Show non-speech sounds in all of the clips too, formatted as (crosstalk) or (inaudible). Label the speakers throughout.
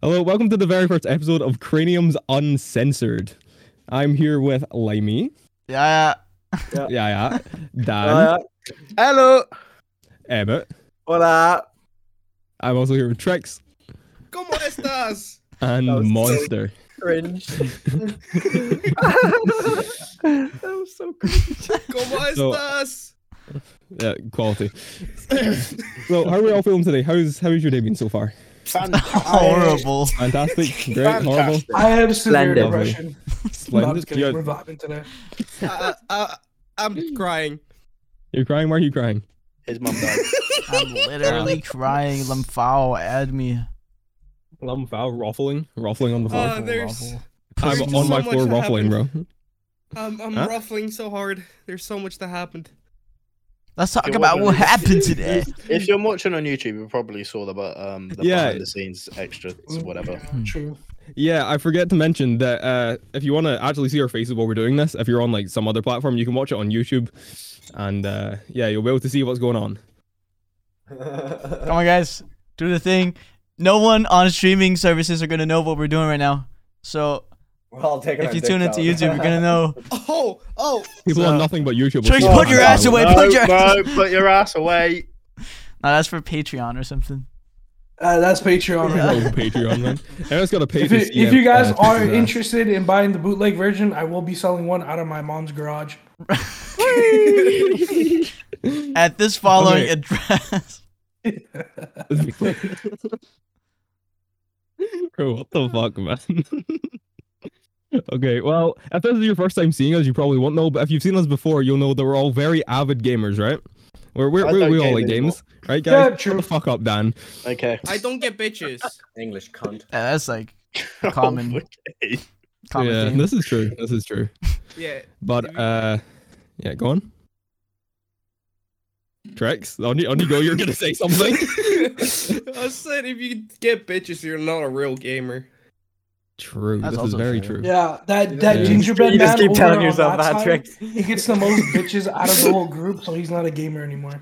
Speaker 1: Hello, welcome to the very first episode of Craniums Uncensored. I'm here with Limey.
Speaker 2: (laughs) Yeah,
Speaker 1: Yeah, yeah. Dan,
Speaker 3: Uh, hello.
Speaker 1: Emmett.
Speaker 3: Hola.
Speaker 1: I'm also here with Trix
Speaker 4: ¿Cómo estás?
Speaker 1: and
Speaker 3: That was so-
Speaker 1: Monster.
Speaker 3: Cringe. that was so cringe.
Speaker 4: ¿Cómo
Speaker 1: So-
Speaker 4: estás?
Speaker 1: Yeah, quality. (coughs) so, how are we all feeling today? How's how's your day been so far? (laughs) Oh,
Speaker 2: horrible.
Speaker 1: Fantastic,
Speaker 5: (laughs)
Speaker 1: great, horrible,
Speaker 4: Fantastic.
Speaker 6: I have severe
Speaker 3: Splendid.
Speaker 6: depression. No, I'm
Speaker 1: (laughs) splendid.
Speaker 6: just kidding. We're
Speaker 1: You're,
Speaker 6: vibing today.
Speaker 4: I, I, Ah, I'm crying.
Speaker 1: you're crying. Why are you crying?
Speaker 5: His mum died.
Speaker 2: (laughs) (laughs) I'm literally crying. Limfow at me.
Speaker 1: Lum foul, ruffling, ruffling on the floor.
Speaker 4: Uh, there's-
Speaker 1: I'm
Speaker 4: there's
Speaker 1: on
Speaker 4: so
Speaker 1: my
Speaker 4: much
Speaker 1: floor
Speaker 4: that
Speaker 1: ruffling, bro.
Speaker 4: I'm, I'm
Speaker 1: Huh?
Speaker 4: ruffling so hard. There's so much that happened.
Speaker 2: Let's talk
Speaker 5: It
Speaker 2: about
Speaker 5: wasn't
Speaker 2: what
Speaker 5: it.
Speaker 1: (laughs)
Speaker 2: happened today.
Speaker 5: If you're watching on YouTube, you probably saw the but um the
Speaker 1: Yeah.
Speaker 5: behind the scenes extras, whatever.
Speaker 6: Yeah, True.
Speaker 1: Hmm. Yeah, I forget to mention that uh, if you want to actually see our faces while we're doing this, if you're on like some other platform, you can watch it on YouTube, and uh, yeah, you'll be able to see what's going on.
Speaker 2: Come on, guys, do the thing. No one on streaming services are gonna know what we're doing right now. So
Speaker 3: We're all taking
Speaker 2: if you tune into YouTube, you're
Speaker 1: (laughs)
Speaker 2: gonna know.
Speaker 4: Oh, oh,
Speaker 1: People
Speaker 2: So-
Speaker 1: on nothing but YouTube. will
Speaker 2: Tricks,
Speaker 1: see
Speaker 2: put
Speaker 1: what's
Speaker 2: your
Speaker 1: going
Speaker 2: ass
Speaker 1: on. (laughs)
Speaker 2: away.
Speaker 5: no,
Speaker 2: put your
Speaker 5: no, put your ass away.
Speaker 2: Now that's for Patreon or something.
Speaker 6: Uh, that's Patreon. right
Speaker 1: Oh,
Speaker 6: there.
Speaker 1: Patreon, man. Everyone's got to pay
Speaker 6: If,
Speaker 1: to
Speaker 6: you-
Speaker 1: see
Speaker 6: if you
Speaker 1: it,
Speaker 6: guys
Speaker 1: uh,
Speaker 6: are
Speaker 1: (laughs) Trix's ass.
Speaker 6: interested in buying the bootleg version, I will be selling one out of my mom's garage. (laughs)
Speaker 2: At this following
Speaker 1: Okay.
Speaker 2: address. (laughs)
Speaker 1: Bro, what the fuck, man? (laughs) okay, well, if this is your first time seeing us, you probably won't know, but if you've seen us before, you'll know that we're all very avid gamers, right? We're, we're,
Speaker 5: I
Speaker 1: we
Speaker 5: don't
Speaker 1: we all
Speaker 5: game
Speaker 1: like
Speaker 5: anymore.
Speaker 1: games, right, guys?
Speaker 6: Yeah,
Speaker 1: Shut
Speaker 6: true.
Speaker 1: the fuck up, Dan.
Speaker 5: Okay.
Speaker 4: I
Speaker 5: (laughs)
Speaker 4: don't get bitches.
Speaker 3: English cunt.
Speaker 2: Yeah, that's like
Speaker 5: Oh,
Speaker 2: Common.
Speaker 5: Okay.
Speaker 2: common
Speaker 1: yeah,
Speaker 2: theme.
Speaker 1: this is true. This is true.
Speaker 4: Yeah.
Speaker 1: But, uh, yeah, go on. Trex, on you, on you go. You're going to say something.
Speaker 4: (laughs) I said if you get bitches, you're not a real gamer.
Speaker 1: true.
Speaker 2: That's
Speaker 1: this is
Speaker 2: also
Speaker 1: very
Speaker 2: true.
Speaker 1: true.
Speaker 6: Yeah, that that
Speaker 1: Yeah.
Speaker 6: gingerbread
Speaker 3: You just
Speaker 6: man
Speaker 3: keep
Speaker 6: over
Speaker 3: telling
Speaker 6: on
Speaker 3: yourself
Speaker 6: that
Speaker 3: that,
Speaker 6: side,
Speaker 3: Trix.
Speaker 6: He gets the most bitches out of the whole group, so he's not a gamer anymore.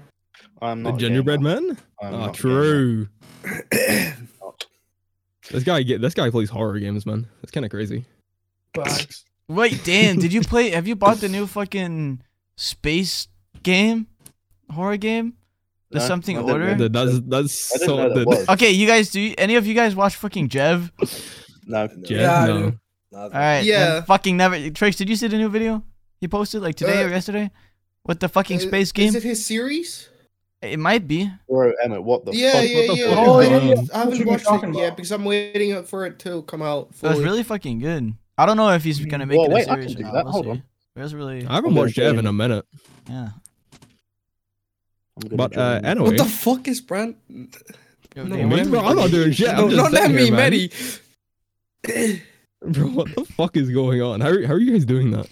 Speaker 5: I'm
Speaker 1: The
Speaker 5: not a
Speaker 1: gingerbread
Speaker 5: gamer.
Speaker 1: man?
Speaker 5: I'm
Speaker 1: Ah,
Speaker 5: not a gamer.
Speaker 1: true.
Speaker 5: Not.
Speaker 1: (coughs) This guy get this guy plays horror games, man. That's kind of crazy.
Speaker 6: But
Speaker 2: Wait, Dan, did you play? Have you bought the new fucking space game, horror game? The
Speaker 5: No,
Speaker 2: something
Speaker 5: I didn't
Speaker 2: order.
Speaker 5: Yeah. know.
Speaker 1: The- that's that's
Speaker 5: I didn't know
Speaker 1: so.
Speaker 5: that
Speaker 1: the-
Speaker 5: was.
Speaker 2: Okay, you guys, do you, any of you guys watch fucking Jev?
Speaker 1: (laughs)
Speaker 5: No.
Speaker 1: Jeff,
Speaker 6: Yeah, I
Speaker 1: no.
Speaker 6: do.
Speaker 2: All right,
Speaker 4: Yeah.
Speaker 2: yeah. Fucking never. Trace, did you see the new video he posted like today
Speaker 4: Uh,
Speaker 2: or yesterday? With the fucking space game? It,
Speaker 4: his series?
Speaker 2: might be.
Speaker 5: Bro, Emmett, what the
Speaker 4: Yeah,
Speaker 1: fuck-
Speaker 4: yeah,
Speaker 1: what the
Speaker 4: yeah.
Speaker 1: fuck
Speaker 6: Oh,
Speaker 1: is
Speaker 6: yeah,
Speaker 1: going
Speaker 6: yeah.
Speaker 1: on?
Speaker 4: I
Speaker 6: What
Speaker 4: haven't
Speaker 6: you
Speaker 4: watched
Speaker 6: talking
Speaker 4: it
Speaker 6: about?
Speaker 4: yet because I'm waiting for it to come out.
Speaker 2: It was
Speaker 4: fully.
Speaker 2: really fucking good. I don't know if he's gonna make
Speaker 5: Well,
Speaker 2: it a
Speaker 5: wait, I
Speaker 2: series
Speaker 5: can
Speaker 2: or
Speaker 5: do
Speaker 2: not.
Speaker 5: that,
Speaker 2: We'll
Speaker 5: hold
Speaker 2: see.
Speaker 5: on.
Speaker 2: It was really
Speaker 1: I haven't
Speaker 5: I'm
Speaker 1: watched
Speaker 5: gonna
Speaker 1: Jeff in a minute, (laughs)
Speaker 2: yeah.
Speaker 5: I'm gonna
Speaker 1: but uh,
Speaker 5: join you.
Speaker 1: anyway,
Speaker 4: What the fuck is Brand?
Speaker 2: Yo,
Speaker 4: No,
Speaker 2: Dan,
Speaker 1: me,
Speaker 2: what
Speaker 1: bro, I'm not doing shit. I'm
Speaker 4: No,
Speaker 1: just
Speaker 4: not that
Speaker 1: sitting
Speaker 4: me,
Speaker 1: here, man.
Speaker 4: Maddie. (laughs)
Speaker 1: Bro, what the fuck is going on? How are, how are you guys doing that?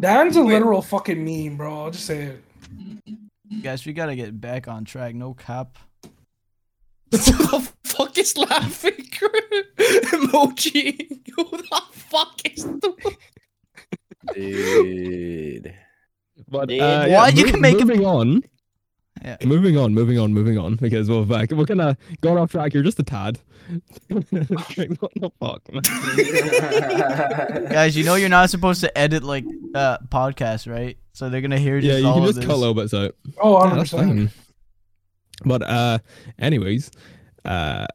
Speaker 6: Dan's a
Speaker 4: Wait.
Speaker 6: literal fucking meme, bro. I'll just say it.
Speaker 2: Guys, we gotta get back on track. No cop.
Speaker 4: Who the fuck is laughing? (laughs) Emoji. (laughs) Who the fuck is the?
Speaker 1: (laughs)
Speaker 5: Dude.
Speaker 1: But uh,
Speaker 5: Yeah.
Speaker 2: Why you can make him-
Speaker 1: moving on.
Speaker 2: Yeah.
Speaker 1: Moving on, moving on, moving on. Because we're back. We're gonna go off track here just a tad. (laughs) what the fuck? Man?
Speaker 2: Guys, you know you're not supposed to edit like uh podcasts, right? So they're gonna hear
Speaker 1: yeah,
Speaker 2: just
Speaker 1: you
Speaker 2: all
Speaker 1: can
Speaker 2: of
Speaker 1: just
Speaker 2: this.
Speaker 1: cut little bits out.
Speaker 6: Oh,
Speaker 1: Yeah,
Speaker 6: 100
Speaker 1: that's fine. But uh, anyways, uh,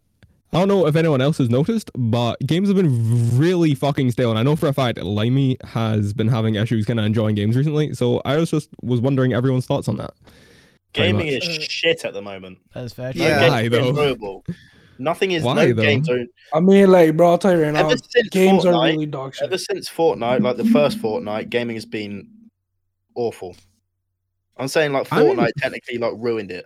Speaker 1: I don't know if anyone else has noticed, but games have been really fucking stale, and I know for a fact Limey has been having issues kind of enjoying games recently. So I was just was wondering everyone's thoughts on that. Pretty
Speaker 5: Gaming
Speaker 1: much.
Speaker 5: is shit at the moment.
Speaker 2: That is fact.
Speaker 4: Yeah.
Speaker 5: No
Speaker 1: Why,
Speaker 5: games
Speaker 1: though?
Speaker 5: are enjoyable. Nothing is
Speaker 1: Why,
Speaker 5: no
Speaker 1: though?
Speaker 5: games are
Speaker 6: I mean, like, bro, I'll tell you right now,
Speaker 5: ever since
Speaker 6: games
Speaker 5: Fortnite,
Speaker 6: are really dog shit.
Speaker 5: Ever since Fortnite, like the first Fortnite, gaming has been awful. I'm saying like
Speaker 1: I mean-
Speaker 5: Fortnite technically like ruined it.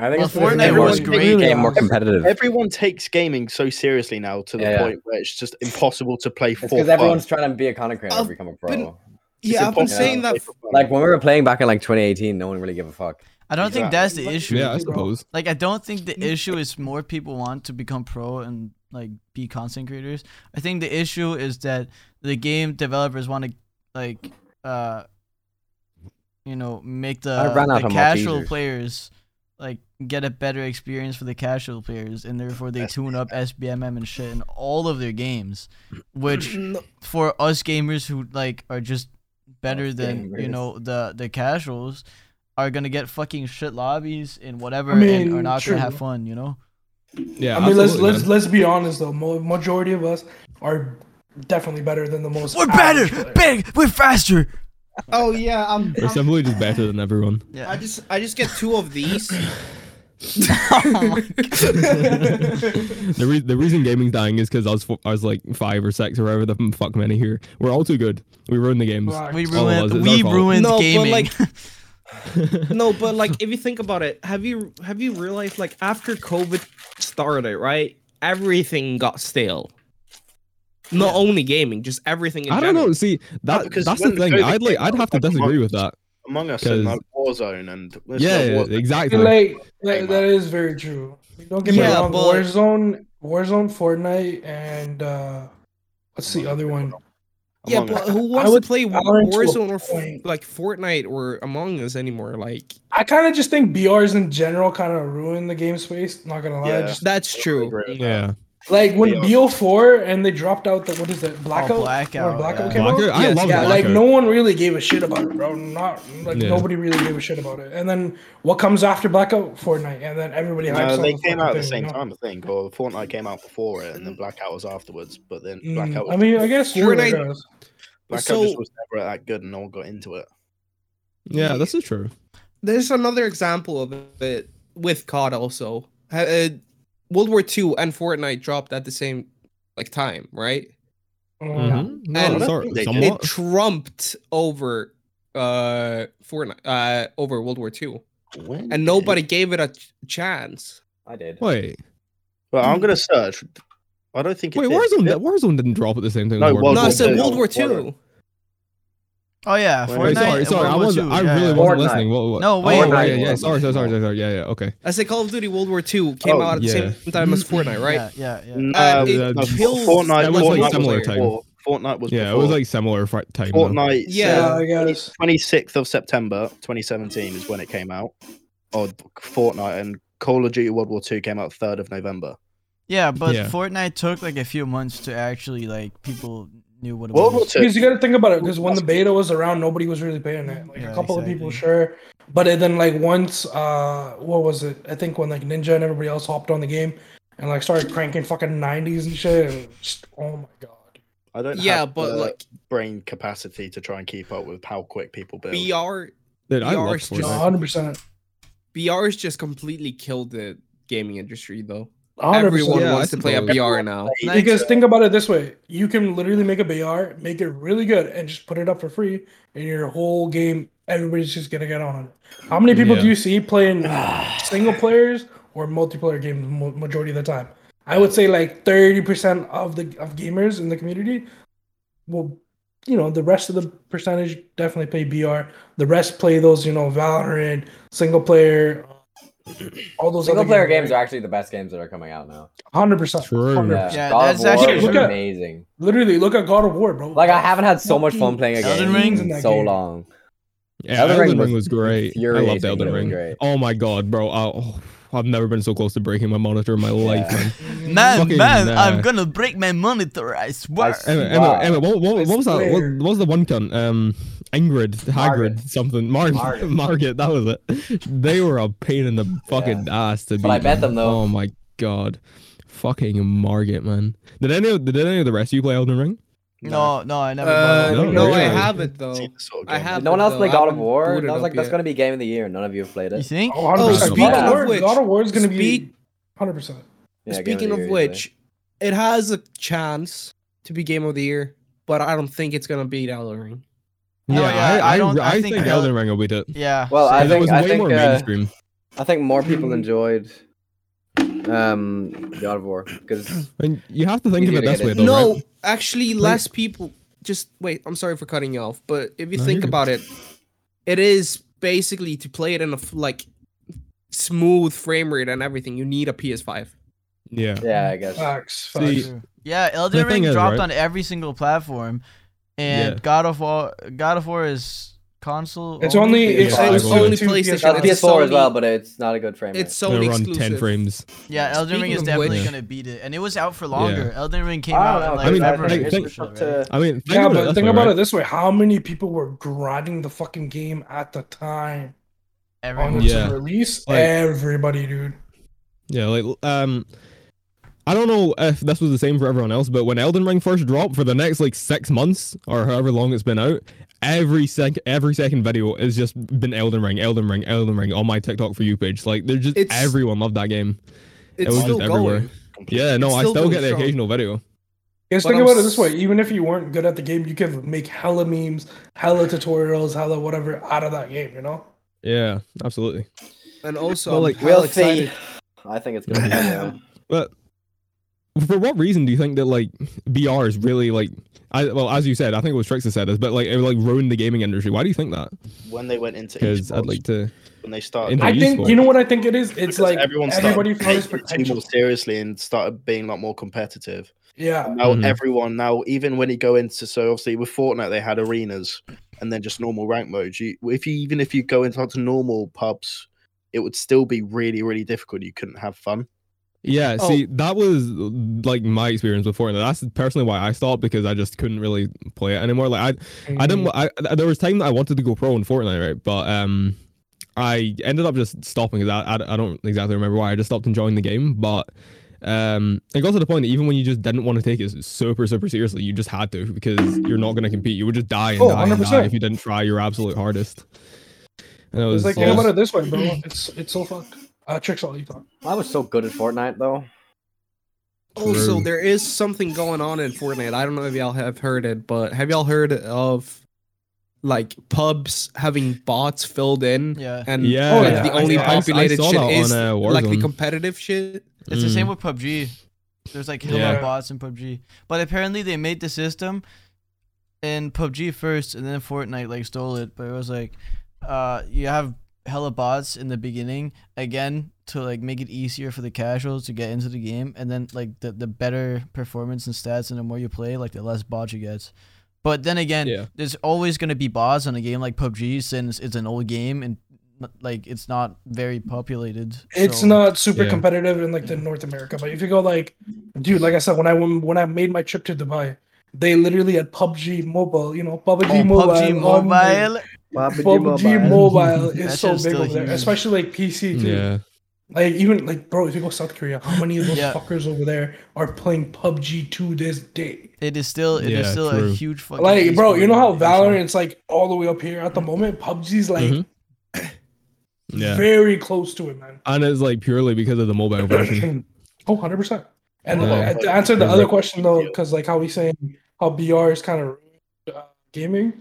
Speaker 3: I think
Speaker 2: Well,
Speaker 3: it's because
Speaker 2: Fortnite
Speaker 3: they
Speaker 2: was
Speaker 3: made
Speaker 2: great.
Speaker 3: the game more competitive. It's
Speaker 5: Everyone takes gaming so seriously now to the
Speaker 3: Yeah, yeah.
Speaker 5: point where it's just impossible to play for
Speaker 3: because
Speaker 5: fun.
Speaker 3: everyone's trying to be a conocran
Speaker 4: I've
Speaker 3: and become a
Speaker 4: been-
Speaker 3: pro.
Speaker 5: It's
Speaker 4: Yeah, I've been
Speaker 5: impossible
Speaker 4: saying
Speaker 5: to
Speaker 4: that.
Speaker 5: play for fun.
Speaker 3: Like when we were playing back in like 2018, no one really gave a fuck.
Speaker 2: I don't think
Speaker 5: Exactly.
Speaker 2: that's the issue.
Speaker 1: Yeah, I
Speaker 6: Bro.
Speaker 1: suppose.
Speaker 2: Like I don't think the issue is more people want to become pro and like be content creators. I think the issue is that the game developers want to like uh you know make the,
Speaker 3: I ran out
Speaker 2: the
Speaker 3: of my
Speaker 2: casual
Speaker 3: teasers.
Speaker 2: players like get a better experience for the casual players, and therefore they tune up SBMM and shit in all of their games, which
Speaker 4: No,
Speaker 2: for us gamers who like are just better
Speaker 3: Us
Speaker 2: than you
Speaker 3: gamers.
Speaker 2: know the the casuals are gonna get fucking shit lobbies and whatever, and are
Speaker 6: mean,
Speaker 2: not
Speaker 6: true.
Speaker 2: gonna have fun. You know,
Speaker 1: Yeah,
Speaker 6: I mean, let's
Speaker 1: absolutely,
Speaker 6: let's
Speaker 1: man.
Speaker 6: let's be honest though. Mo- majority of us are definitely better than the most.
Speaker 2: we're
Speaker 6: average
Speaker 2: better,
Speaker 6: player.
Speaker 2: big, we're (laughs) faster.
Speaker 4: Oh yeah, I'm.
Speaker 1: We're
Speaker 4: I'm-
Speaker 1: simply just better than
Speaker 6: (laughs)
Speaker 1: everyone.
Speaker 2: Yeah.
Speaker 4: I just I just get two of these.
Speaker 1: Oh, The, re- the reason gaming's dying is because I was f- I was like five or six or whatever the m- fuck many here. We're all too good. We ruin the games.
Speaker 6: Fuck.
Speaker 2: we
Speaker 1: all of us,
Speaker 2: ruined
Speaker 1: it's
Speaker 2: we
Speaker 1: our fault.
Speaker 2: ruined
Speaker 4: No, but,
Speaker 2: gaming.
Speaker 5: (laughs)
Speaker 4: like, no, but like if you think about it, have you have you realized like after COVID started, right? Everything got stale. Not only gaming, just everything. In
Speaker 1: I don't know. See, that
Speaker 5: because
Speaker 1: that's the
Speaker 5: when
Speaker 1: thing.
Speaker 5: COVID
Speaker 1: I'd like I'd have to
Speaker 5: came out,
Speaker 1: disagree with that.
Speaker 5: (coughs) Among Us and
Speaker 1: 'Cause-
Speaker 5: like Warzone and there's no
Speaker 1: Yeah, yeah,
Speaker 5: Warzone.
Speaker 6: I
Speaker 1: exactly.
Speaker 6: feel like that, that is very true. Don't get me
Speaker 4: Yeah,
Speaker 6: wrong.
Speaker 4: but-
Speaker 6: Warzone, Warzone, Fortnite, and uh, what's the other one?
Speaker 4: Yeah,
Speaker 5: Among Us.
Speaker 4: but who
Speaker 6: I
Speaker 4: wants
Speaker 6: would-
Speaker 4: to play
Speaker 6: I learned to a
Speaker 4: Warzone or f-
Speaker 6: point.
Speaker 4: like Fortnite or Among Us anymore? Like
Speaker 6: I kind of just think BRs in general kind of ruin the game space. Not gonna lie.
Speaker 5: Yeah.
Speaker 6: Just,
Speaker 4: that's
Speaker 5: I
Speaker 4: true.
Speaker 5: agree with that.
Speaker 1: Yeah,
Speaker 6: like when
Speaker 5: Yeah.
Speaker 6: BO4 and they dropped out the what is
Speaker 1: Oh,
Speaker 6: that blackout?
Speaker 2: Oh, Blackout,
Speaker 6: When blackout
Speaker 2: yeah.
Speaker 6: came out.
Speaker 1: Blackout? I
Speaker 4: Yes,
Speaker 1: love
Speaker 6: Yeah,
Speaker 1: Blackout.
Speaker 6: like no one really gave a shit about it, bro. Not like
Speaker 1: Yeah.
Speaker 6: nobody really gave a shit about it. And then what comes after Blackout? Fortnite, and then everybody. hypes
Speaker 5: No,
Speaker 6: on
Speaker 5: Uh, they
Speaker 6: the
Speaker 5: came
Speaker 6: fucking
Speaker 5: out at the
Speaker 6: thing,
Speaker 5: same
Speaker 6: you know?
Speaker 5: time, I think, or Fortnite came out before it, and then Blackout was afterwards. But then
Speaker 6: Mm,
Speaker 5: Blackout, was,
Speaker 6: I mean, I guess true, I
Speaker 4: Fortnite-
Speaker 6: guess.
Speaker 5: Blackout
Speaker 4: so-
Speaker 5: just was never that good, and no one got into it.
Speaker 1: yeah, this is true.
Speaker 4: There's another example of it with COD also. Ha- Uh, World War II and Fortnite dropped at the same like time, right?
Speaker 6: Mm.
Speaker 1: Mm-hmm. No,
Speaker 4: And-
Speaker 1: sorry,
Speaker 5: They did.
Speaker 1: somewhat.
Speaker 4: It trumped over uh Fortnite uh over World War II.
Speaker 5: When
Speaker 4: And
Speaker 5: did-
Speaker 4: nobody gave it a ch- chance.
Speaker 3: I did.
Speaker 1: Wait,
Speaker 5: Well, I'm gonna search. I don't think. It
Speaker 1: wait,
Speaker 5: did.
Speaker 1: Warzone
Speaker 5: Did it?
Speaker 1: Warzone didn't drop at the same time.
Speaker 5: No,
Speaker 1: as
Speaker 5: it
Speaker 1: Warzone.
Speaker 5: World
Speaker 4: no,
Speaker 5: War
Speaker 4: I said
Speaker 5: II.
Speaker 4: World War
Speaker 5: World War
Speaker 4: II.
Speaker 2: oh yeah,
Speaker 5: Wait,
Speaker 2: Fortnite.
Speaker 1: Wait, sorry,
Speaker 2: and
Speaker 1: sorry, I
Speaker 2: World War
Speaker 1: was not
Speaker 2: II,
Speaker 1: I
Speaker 2: yeah,
Speaker 1: really
Speaker 2: yeah.
Speaker 1: wasn't
Speaker 3: Fortnite.
Speaker 1: listening. What, what?
Speaker 2: No,
Speaker 1: oh,
Speaker 2: wait,
Speaker 1: right,
Speaker 5: wait.
Speaker 1: yeah, sorry, sorry, sorry, sorry, sorry, yeah, yeah, okay.
Speaker 4: I said Call of Duty World War II came
Speaker 5: Oh,
Speaker 4: out at the
Speaker 1: yeah.
Speaker 4: same time as Fortnite, right?
Speaker 2: Yeah, yeah, yeah.
Speaker 5: No,
Speaker 4: Uh,
Speaker 1: it
Speaker 5: no,
Speaker 4: kills-
Speaker 5: Fortnite.
Speaker 1: that was, like,
Speaker 5: Fortnite
Speaker 1: similar time.
Speaker 5: before. Fortnite was.
Speaker 1: yeah,
Speaker 5: before.
Speaker 1: it was like similar fi- time. though.
Speaker 5: Fortnite.
Speaker 4: Yeah.
Speaker 6: Yeah, I guess.
Speaker 5: 26th of September 2017 is when it came out. Or Fortnite and Call of Duty World War II came out 3rd of November.
Speaker 2: Yeah, but
Speaker 1: Yeah.
Speaker 2: Fortnite took like a few months to actually like people knew what it
Speaker 5: World War
Speaker 2: was.
Speaker 5: II.
Speaker 6: Because you got to think about it. Because when the beta was around, nobody was really playing it. Like
Speaker 2: Yeah,
Speaker 6: a couple of people,
Speaker 2: exactly.
Speaker 6: sure, but it, then like once, uh, what was it? I think when like Ninja and everybody else hopped on the game and like started cranking fucking 90s and shit, and just, oh my god.
Speaker 5: I don't
Speaker 4: Yeah,
Speaker 5: have
Speaker 4: but
Speaker 5: the
Speaker 4: like
Speaker 5: brain capacity to try and keep up with how quick people build.
Speaker 4: BR
Speaker 1: Dude, I
Speaker 4: VR
Speaker 1: loved
Speaker 4: is
Speaker 1: Fortnite.
Speaker 4: just-
Speaker 6: No, 100%.
Speaker 4: BR's just completely killed the gaming industry though.
Speaker 6: 100%.
Speaker 4: Everyone
Speaker 1: Yeah,
Speaker 4: wants
Speaker 1: I
Speaker 4: to play a
Speaker 1: suppose.
Speaker 4: BR now.
Speaker 5: Like,
Speaker 6: Because think about it this way: you can literally make a BR, make it really good, and just put it up for free, and your whole game, everybody's just gonna get on it. How many people
Speaker 1: Yeah.
Speaker 6: do you see
Speaker 3: (sighs)
Speaker 6: playing single players or multiplayer games mo- majority of the time? I would say like thirty percent of the of gamers in the community will, you know, the rest of the percentage definitely play BR. The rest play those, you know, Valorant, single player, all those
Speaker 3: Single
Speaker 6: other
Speaker 3: player games are actually the best games that are coming out now.
Speaker 6: hunderd percent.
Speaker 1: True.
Speaker 3: Yeah,
Speaker 2: Yeah,
Speaker 3: God
Speaker 2: that's
Speaker 3: of War
Speaker 2: actually
Speaker 3: is
Speaker 6: Look at-
Speaker 3: amazing.
Speaker 6: Literally, look at God of War, bro.
Speaker 3: Like I haven't had so much
Speaker 6: Fucking
Speaker 3: fun playing a
Speaker 2: Elden
Speaker 3: game
Speaker 2: Ring's
Speaker 6: in
Speaker 3: in
Speaker 6: that
Speaker 3: so
Speaker 6: game.
Speaker 3: long.
Speaker 1: Yeah, Elden, Ring was, great. I loved
Speaker 3: infuriating,
Speaker 1: Elden
Speaker 3: it was
Speaker 1: Ring.
Speaker 3: great.
Speaker 1: Oh my god, bro! I, oh, I've never been so close to breaking my monitor in my life. Man.
Speaker 2: Man,
Speaker 1: Fucking,
Speaker 2: man, I'm
Speaker 1: uh,
Speaker 2: gonna break my monitor. I swear.
Speaker 3: s-
Speaker 1: Emma, Emma,
Speaker 3: Wow.
Speaker 1: Emma, what, what, what was that? What,
Speaker 6: swear.
Speaker 1: what was the one cunt? Um, Ingrid, Hagrid,
Speaker 3: Margaret.
Speaker 1: something. Mar-
Speaker 3: Margaret.
Speaker 1: (laughs) Margaret. that was it. They were a pain in the fucking ass to
Speaker 3: But
Speaker 1: beat,
Speaker 3: I bet
Speaker 1: man.
Speaker 3: them, though.
Speaker 1: Oh my god, fucking Margaret, man! Did any of, did any of the rest of you play Elden Ring?
Speaker 2: no, no, I never.
Speaker 4: Uh,
Speaker 2: bothered.
Speaker 1: No,
Speaker 4: no, I
Speaker 1: really.
Speaker 4: have it though.
Speaker 5: seen the sort of
Speaker 4: I
Speaker 5: game.
Speaker 4: have-
Speaker 3: Did no one else
Speaker 4: though,
Speaker 3: play
Speaker 4: I
Speaker 3: God of
Speaker 4: haven't
Speaker 3: War?
Speaker 4: booted
Speaker 3: And I was
Speaker 4: up
Speaker 3: like, that's
Speaker 4: yet.
Speaker 3: gonna be game of the year. None of you have played
Speaker 2: You
Speaker 3: it.
Speaker 2: think?
Speaker 6: Oh, 100%.
Speaker 1: Oh, speaking
Speaker 6: God,
Speaker 4: of which-
Speaker 6: God of War is going to
Speaker 4: speak-
Speaker 6: be 100%.
Speaker 3: Yeah, game
Speaker 4: Speaking
Speaker 3: the
Speaker 4: of
Speaker 3: year,
Speaker 4: which, it has a chance to be game of the year, but I don't think it's gonna beat Elden Ring.
Speaker 2: No, yeah, I don't- I
Speaker 1: think,
Speaker 2: think
Speaker 1: Elden
Speaker 2: Eld-
Speaker 1: Ring will beat it.
Speaker 2: Yeah.
Speaker 3: Well, I
Speaker 1: And it
Speaker 3: think
Speaker 1: was
Speaker 3: I
Speaker 1: way
Speaker 3: think
Speaker 1: more
Speaker 3: uh,
Speaker 1: mainstream.
Speaker 3: I think more people enjoyed um God of War because
Speaker 1: And you have to think of
Speaker 3: easier
Speaker 1: it
Speaker 3: to
Speaker 1: this
Speaker 3: get
Speaker 1: way,
Speaker 3: in.
Speaker 1: though.
Speaker 4: No,
Speaker 1: right?
Speaker 4: actually, less people. Just wait. I'm sorry for cutting you off, but if you
Speaker 1: No,
Speaker 4: think
Speaker 1: you're good.
Speaker 4: about it, it is basically to play it in a f- like smooth frame rate and everything. You need a PS5.
Speaker 1: Yeah.
Speaker 3: yeah, I guess.
Speaker 6: Facts.
Speaker 1: See,
Speaker 6: facts.
Speaker 2: Yeah, Elden
Speaker 1: The thing
Speaker 2: Ring
Speaker 1: is,
Speaker 2: dropped
Speaker 1: right?
Speaker 2: on every single platform, and
Speaker 1: Yeah.
Speaker 2: God of War, God of War is console.
Speaker 6: It's only it's,
Speaker 1: Yeah,
Speaker 6: it's
Speaker 1: I will.
Speaker 6: only
Speaker 4: It's PlayStation.
Speaker 6: PlayStation.
Speaker 3: That's
Speaker 4: It's
Speaker 3: PS4 as
Speaker 4: Sony-
Speaker 3: well, but it's not a good frame.
Speaker 4: It's
Speaker 3: It's
Speaker 4: so
Speaker 1: around
Speaker 4: exclusive.
Speaker 1: ten frames.
Speaker 2: yeah, Elden Ring
Speaker 4: Speaking
Speaker 2: is
Speaker 4: of
Speaker 2: definitely
Speaker 4: which-
Speaker 2: gonna beat it, and it was out for
Speaker 1: Yeah.
Speaker 2: longer. Elden Ring came
Speaker 3: I don't
Speaker 2: out
Speaker 3: know,
Speaker 2: in like
Speaker 1: I mean,
Speaker 2: February.
Speaker 1: like,
Speaker 2: or
Speaker 1: think-
Speaker 2: something, right?
Speaker 3: to,
Speaker 1: I mean, think
Speaker 6: Yeah,
Speaker 1: about
Speaker 6: but
Speaker 1: it this
Speaker 6: think
Speaker 1: way,
Speaker 6: about
Speaker 1: right?
Speaker 6: it this way: how many people were grinding the fucking game at the time on
Speaker 2: Everyone-
Speaker 6: its
Speaker 1: Yeah.
Speaker 6: release?
Speaker 1: Like-
Speaker 6: Everybody, dude.
Speaker 1: Yeah, like um I don't know if this was the same for everyone else, but when Elden Ring first dropped for the next like six months or however long it's been out, every sec every second video has just been Elden Ring, Elden Ring, Elden Ring on my TikTok for you page. Like they're just
Speaker 4: It's-
Speaker 1: everyone loved that game. it
Speaker 4: It's
Speaker 1: was
Speaker 4: still
Speaker 1: just everywhere.
Speaker 4: going.
Speaker 1: Yeah, no,
Speaker 4: It's
Speaker 1: I
Speaker 4: still
Speaker 1: still
Speaker 4: going
Speaker 1: get the
Speaker 4: strong.
Speaker 1: occasional video.
Speaker 4: But
Speaker 6: Guys, think
Speaker 4: I'm
Speaker 6: about it this
Speaker 4: s-
Speaker 6: way: even if you weren't good at the game, you could make hella memes, hella tutorials, hella whatever out of that game. You know?
Speaker 1: Yeah, absolutely.
Speaker 4: And also,
Speaker 1: Well,
Speaker 4: I'm
Speaker 1: like,
Speaker 4: hella
Speaker 3: we'll
Speaker 4: excited.
Speaker 3: see. I think it's going to be good.
Speaker 1: But for what reason do you think that like BR is really like I well as you said, I think it was Trix that said this, but like it like ruined the gaming industry. Why do you think that?
Speaker 5: when they went into
Speaker 1: Because
Speaker 5: esports,
Speaker 1: I'd like to
Speaker 5: when they started,
Speaker 1: into
Speaker 6: I think
Speaker 1: useful.
Speaker 6: you know what I think it is. It's
Speaker 5: because
Speaker 6: like
Speaker 5: everyone started
Speaker 6: everybody found his
Speaker 5: taking it more
Speaker 6: potential.
Speaker 5: seriously and started being a lot more competitive.
Speaker 3: Mm-hmm.
Speaker 6: Yeah,
Speaker 5: Now
Speaker 1: Mhm.
Speaker 5: everyone now, even when you go into so obviously with Fortnite they had arenas and then just normal rank modes. You if you even if you go into like, to normal pubs, it would still be really really difficult. You couldn't have fun.
Speaker 1: Yeah,
Speaker 4: Oh.
Speaker 1: see, that was like my experience with Fortnite. That's personally why I stopped because I just couldn't really play it anymore. Like I, I didn't.
Speaker 6: Mm.
Speaker 1: wa- I I- there was time that I wanted to go pro in Fortnite, right? But um, I ended up just stopping because I, I I don't exactly remember why. I just stopped enjoying the game, but um, it got to the point that even when you just didn't want to take it super super seriously, you just had to because you're not going to compete. You would just die and
Speaker 6: Oh,
Speaker 1: die and die
Speaker 6: 100%.
Speaker 1: if you didn't try your absolute hardest. And it was
Speaker 6: It's like
Speaker 1: it
Speaker 6: think
Speaker 1: was-
Speaker 6: about it this way, bro. It's it's so fucked. Uh, tricks all you talk.
Speaker 3: I was so good at Fortnite, though.
Speaker 4: Also,
Speaker 1: True.
Speaker 4: there is something going on in Fortnite. I don't know if y'all have heard it, but have y'all heard of like pubs having bots filled in
Speaker 2: Yeah,
Speaker 4: and
Speaker 1: yeah,
Speaker 6: Oh,
Speaker 4: like,
Speaker 6: yeah.
Speaker 4: the only
Speaker 1: I- I
Speaker 4: populated
Speaker 1: saw
Speaker 4: shit
Speaker 1: that
Speaker 4: is
Speaker 1: on, uh,
Speaker 4: like the
Speaker 1: Warzone.
Speaker 4: competitive shit?
Speaker 2: it's the same
Speaker 1: Mm.
Speaker 2: with PUBG. There's like hella
Speaker 1: Yeah.
Speaker 2: bots in PUBG, but apparently they made the system in PUBG first, and then Fortnite like stole it. But it was like, uh, you have hella bots in the beginning again to like make it easier for the casuals to get into the game, and then like the the better performance and stats, and the more you play, like the less bots you get. But then again,
Speaker 1: Yeah.
Speaker 2: there's always gonna be bots on a game like PUBG since it's an old game and like it's not very populated.
Speaker 6: It's
Speaker 2: so-
Speaker 6: not super
Speaker 1: Yeah.
Speaker 6: competitive in like the North America, but if you go like, dude, like I said, when I went- when I made my trip to Dubai, they literally had PUBG Mobile, you know, PUBG
Speaker 2: Oh,
Speaker 6: Mobile,
Speaker 2: PUBG
Speaker 6: on the-
Speaker 2: Mobile.
Speaker 6: PUBG Mobile
Speaker 2: That
Speaker 6: is so
Speaker 2: shit's
Speaker 6: big
Speaker 2: still
Speaker 6: over there,
Speaker 2: huge.
Speaker 6: especially like PC too.
Speaker 1: yeah.
Speaker 6: Like even like bro, if you go South Korea, how many of those
Speaker 2: Yeah.
Speaker 6: fuckers over there are playing PUBG to this day?
Speaker 2: It is still it is
Speaker 1: Yeah,
Speaker 2: still
Speaker 1: true.
Speaker 2: a huge fucking
Speaker 6: Like bro,
Speaker 2: esport
Speaker 6: you know
Speaker 2: (laughs)
Speaker 6: how
Speaker 2: right now, so-
Speaker 6: Valorant's like all the way up here at the
Speaker 2: Mm-hmm.
Speaker 6: moment. PUBG's like
Speaker 1: Mhm. Yeah.
Speaker 6: very close to it, man.
Speaker 1: and it's like purely because of the mobile
Speaker 6: (clears throat)
Speaker 1: version.
Speaker 6: Oh, 100 percent. And
Speaker 1: Wow.
Speaker 6: uh, to answer the other
Speaker 1: Right.
Speaker 6: question though, because like how we saying how BR is kind of uh, gaming.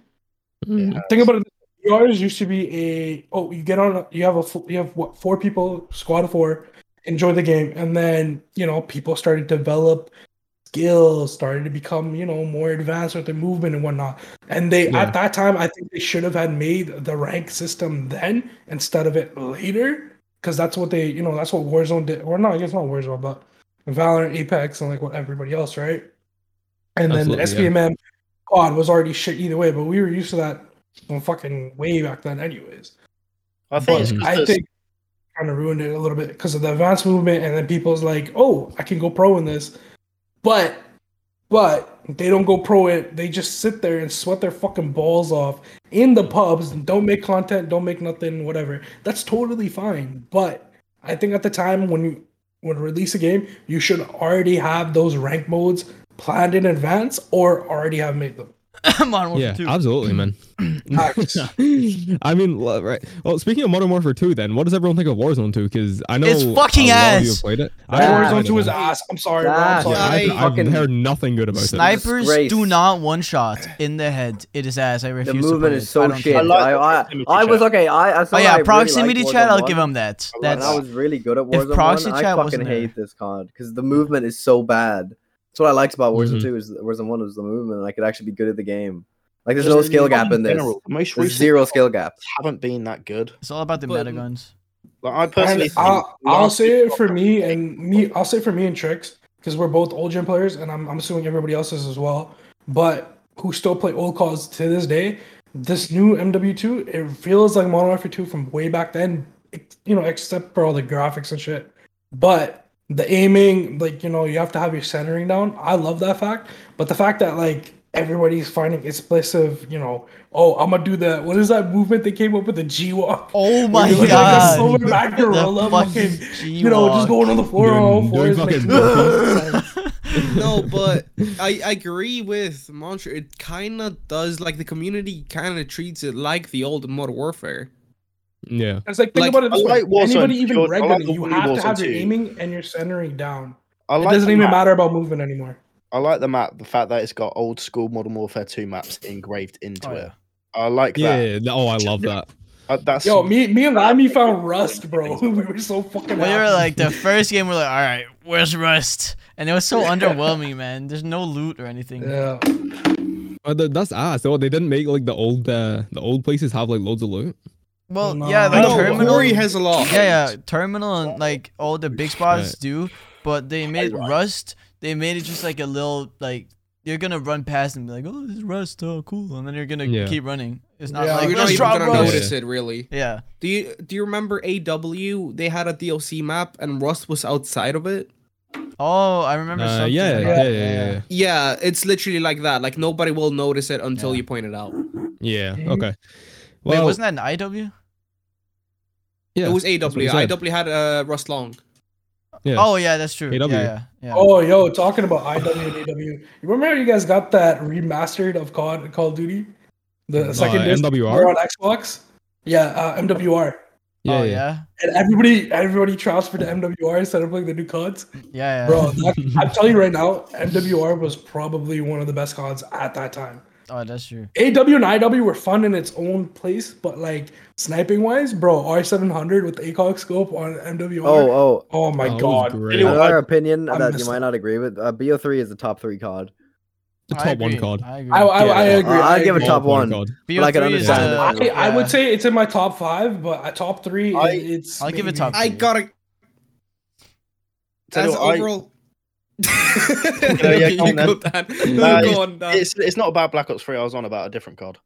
Speaker 1: Mm.
Speaker 6: Think about it. BRs used to be a oh you get on you have a fu- you have what four people squad of four enjoy the game and then you know people started to develop skills started to become you know more advanced with their movement and whatnot and they
Speaker 1: Yeah.
Speaker 6: at that time I think they should have had made the rank system then instead of it later because that's what they you know that's what Warzone did or no I guess not Warzone but Valorant Apex and like what everybody else right and then
Speaker 1: Absolutely,
Speaker 6: the SPMM squad was already shit either way but we were used to that well, fucking way back then, anyways.
Speaker 5: I think it's
Speaker 1: But
Speaker 5: 'cause
Speaker 6: I
Speaker 5: there's-
Speaker 6: think kind of ruined it a little bit because of the advanced movement, and then people's like, "Oh, I can go pro in this," but but they don't go pro it. They just sit there and sweat their fucking balls off in the pubs. and Don't make content. Don't make nothing. Whatever. That's totally fine. But I think at the time when you when you release a game, you should already have those rank modes planned in advance or already have made them.
Speaker 2: Modern Warfare
Speaker 1: Yeah,
Speaker 2: 2.
Speaker 1: absolutely, man. (laughs) I mean, lo- right. Well, speaking of Modern Warfare 2, then, what does everyone think of Warzone 2? Because I know
Speaker 2: It's fucking
Speaker 1: a lot of you
Speaker 2: ass.
Speaker 1: have played it. I
Speaker 3: Yeah.
Speaker 1: haven't
Speaker 6: Warzone
Speaker 1: played it,
Speaker 6: Two is
Speaker 1: though.
Speaker 6: ass. I'm sorry, bro. I'm
Speaker 3: Yeah,
Speaker 6: sorry.
Speaker 4: I-
Speaker 1: I've, I've
Speaker 3: fucking-
Speaker 1: heard nothing good about it. (laughs)
Speaker 2: Snipers
Speaker 3: Disgrace.
Speaker 2: do not one shot in the head. It is ass. I refuse
Speaker 3: The
Speaker 2: to
Speaker 3: movement
Speaker 2: play
Speaker 3: is
Speaker 2: it. I
Speaker 3: so
Speaker 2: don't
Speaker 3: shit.
Speaker 2: care.
Speaker 3: I,
Speaker 5: I like the
Speaker 3: I, I,
Speaker 5: proximity chat.
Speaker 3: was okay. I, I saw
Speaker 2: Oh yeah,
Speaker 3: I
Speaker 2: proximity
Speaker 3: really liked
Speaker 2: chat.
Speaker 3: Warzone
Speaker 2: I'll
Speaker 3: 1,
Speaker 2: give him that.
Speaker 5: I like
Speaker 3: and
Speaker 2: That's
Speaker 3: I was really good at
Speaker 2: If
Speaker 3: Warzone
Speaker 2: proxy
Speaker 3: 1. I
Speaker 2: chat
Speaker 3: fucking
Speaker 2: wasn't there-
Speaker 3: hate this con because the movement is so bad. That's what I liked about Warzone
Speaker 2: Mm-hmm.
Speaker 1: Mhm.
Speaker 3: 2 is Warzone 1 was the movement. And I could actually be good at the game. Like there's
Speaker 5: just
Speaker 3: no skill gap in this.
Speaker 5: general, the Most
Speaker 3: There's
Speaker 5: recent
Speaker 3: zero
Speaker 5: ones
Speaker 3: skill gap.
Speaker 5: haven't been that good.
Speaker 2: it's all about the
Speaker 4: But-
Speaker 2: meta guns.
Speaker 5: Like I
Speaker 6: And
Speaker 5: personally,
Speaker 6: I'll,
Speaker 5: think
Speaker 6: I'll
Speaker 5: last
Speaker 6: say
Speaker 5: year's
Speaker 6: it for
Speaker 5: Fortnite
Speaker 6: me and me. I'll say it for me and Tricks because we're both old gen players, and I'm, I'm assuming everybody else is as well. But who still play old calls to this day? this new MW2, it feels like Modern Warfare 2 from way back then, ex- you know, except for all the graphics and shit. But the aiming, like, you know, you have to have your centering down. I love that fact. But the fact that, like, everybody's finding explosive, you know, oh, I'm going to do the, what is that movement they came up with? The G Walk.
Speaker 2: Oh my
Speaker 6: Like a
Speaker 2: god. (laughs)
Speaker 6: silver back gorilla, fucking, you know, just
Speaker 3: (laughs)
Speaker 6: going on the floor on all
Speaker 1: Doing- doing
Speaker 6: fours. Like, (laughs)
Speaker 1: fucking
Speaker 4: no, but I, I agree with Mantra. It kind of does like the community kind of treats it like the old Modern Warfare.
Speaker 1: yeah.
Speaker 6: it's like, think
Speaker 4: Like,
Speaker 6: about it
Speaker 5: I
Speaker 6: this way.
Speaker 5: like Warzone,
Speaker 6: Anybody even
Speaker 5: George, I like
Speaker 6: regularly,
Speaker 5: the
Speaker 6: you
Speaker 5: Wii
Speaker 6: have to
Speaker 5: Warzone
Speaker 6: have your
Speaker 5: too.
Speaker 6: aiming and your centering down.
Speaker 5: I like
Speaker 6: it doesn't
Speaker 5: the
Speaker 6: even
Speaker 5: map.
Speaker 6: matter about movement anymore.
Speaker 5: I like the map. The fact that it's got old school Modern Warfare 2 maps engraved into
Speaker 2: Oh,
Speaker 5: it. I like
Speaker 1: Yeah,
Speaker 5: that.
Speaker 1: yeah, yeah. Oh, I love that.
Speaker 5: Uh, that's
Speaker 6: Yo, me, me and Lamy found Rust, bro. (laughs) we were so
Speaker 2: (laughs)
Speaker 6: fucking.
Speaker 2: We were
Speaker 6: happy.
Speaker 2: like the first game. We're like, all right, where's Rust? And it was so underwhelming, man. There's no loot or anything.
Speaker 6: yeah.
Speaker 1: But th- that's ass. Oh, they didn't make like the old uh, the old places have like loads of loot.
Speaker 2: Well,
Speaker 6: No.
Speaker 2: yeah,
Speaker 6: I
Speaker 2: like
Speaker 6: know,
Speaker 2: terminal.
Speaker 4: Corey has a lot.
Speaker 2: yeah, yeah, terminal and like all the big spots do, but they made
Speaker 5: Right.
Speaker 2: Rust. They made it just like a little like you're gonna run past and be like, oh, this is Rust, oh, cool, and then you're gonna
Speaker 1: Yeah.
Speaker 2: keep running. It's not
Speaker 6: Yeah,
Speaker 2: like
Speaker 4: You're not
Speaker 2: let's
Speaker 4: even
Speaker 2: drop
Speaker 4: gonna
Speaker 2: Rust.
Speaker 4: notice it really.
Speaker 2: Yeah,
Speaker 4: Do you do you remember AW? They had a DLC map and Rust was outside of it.
Speaker 2: Oh, I remember
Speaker 1: Uh,
Speaker 2: something.
Speaker 1: yeah,
Speaker 2: like
Speaker 1: yeah, yeah,
Speaker 2: that.
Speaker 1: yeah,
Speaker 4: Yeah, it's literally like that. Like nobody will notice it until
Speaker 2: Yeah.
Speaker 4: you point it out.
Speaker 1: yeah.
Speaker 6: Mhm.
Speaker 1: Yeah. Okay.
Speaker 2: Wait,
Speaker 1: Well,
Speaker 2: wasn't that an IW?
Speaker 1: yeah.
Speaker 4: it was AW.
Speaker 1: that's what he said.
Speaker 4: IW had uh, Rust Long.
Speaker 1: Yeah.
Speaker 2: Oh yeah, that's true.
Speaker 1: AW.
Speaker 2: Yeah, yeah, yeah.
Speaker 6: Oh, yo, talking about IW and AW. You remember how you guys got that remastered of Call, Call of Duty,
Speaker 1: Uh,
Speaker 6: the second disc
Speaker 1: MWR?
Speaker 6: We're on Xbox. Yeah, uh, MWR.
Speaker 1: yeah,
Speaker 2: oh
Speaker 1: yeah.
Speaker 2: yeah,
Speaker 6: And everybody, everybody transferred to MWR instead of playing the new CODs.
Speaker 2: yeah, yeah.
Speaker 6: Bro, that- I'm telling you right now, MWR was probably one of the best CODs at that time.
Speaker 2: Oh, that's true.
Speaker 6: AW and IW were fun in its own place, but like sniping wise, bro, R700 with the ACOG scope on MWR.
Speaker 3: Oh, oh.
Speaker 6: Oh my
Speaker 1: Oh, it was
Speaker 6: god.
Speaker 1: great.
Speaker 5: Anyone-
Speaker 3: Another opinion
Speaker 6: I'm
Speaker 3: that you
Speaker 6: missing-
Speaker 3: might not agree with. Uh, BO3 is the top three COD.
Speaker 1: the
Speaker 2: I
Speaker 1: top one
Speaker 2: agree,
Speaker 1: card.
Speaker 2: I agree.
Speaker 6: I, I, I
Speaker 3: Yeah.
Speaker 6: agree.
Speaker 3: Uh,
Speaker 6: I
Speaker 3: I'd give it
Speaker 1: Oh
Speaker 6: agree.
Speaker 3: to top one.
Speaker 1: card.
Speaker 2: BO3
Speaker 3: like, I can
Speaker 2: is,
Speaker 3: understand
Speaker 2: uh,
Speaker 6: I, I
Speaker 2: yeah.
Speaker 6: would say it's in my top five, but a top three,
Speaker 5: I-
Speaker 6: it- it's.
Speaker 2: I'll give it
Speaker 6: maybe-
Speaker 2: top-
Speaker 4: I gotta.
Speaker 5: Tell
Speaker 4: That's
Speaker 5: you what,
Speaker 4: (laughs)
Speaker 5: I-
Speaker 4: overall.
Speaker 5: yeah,
Speaker 4: Okay,
Speaker 5: go on
Speaker 4: you
Speaker 5: then.
Speaker 4: go,
Speaker 5: (laughs)
Speaker 4: Dan.
Speaker 5: Nah,
Speaker 4: Go on, Dan.
Speaker 5: it's, it's not about Black Ops 3. I was on about a different card.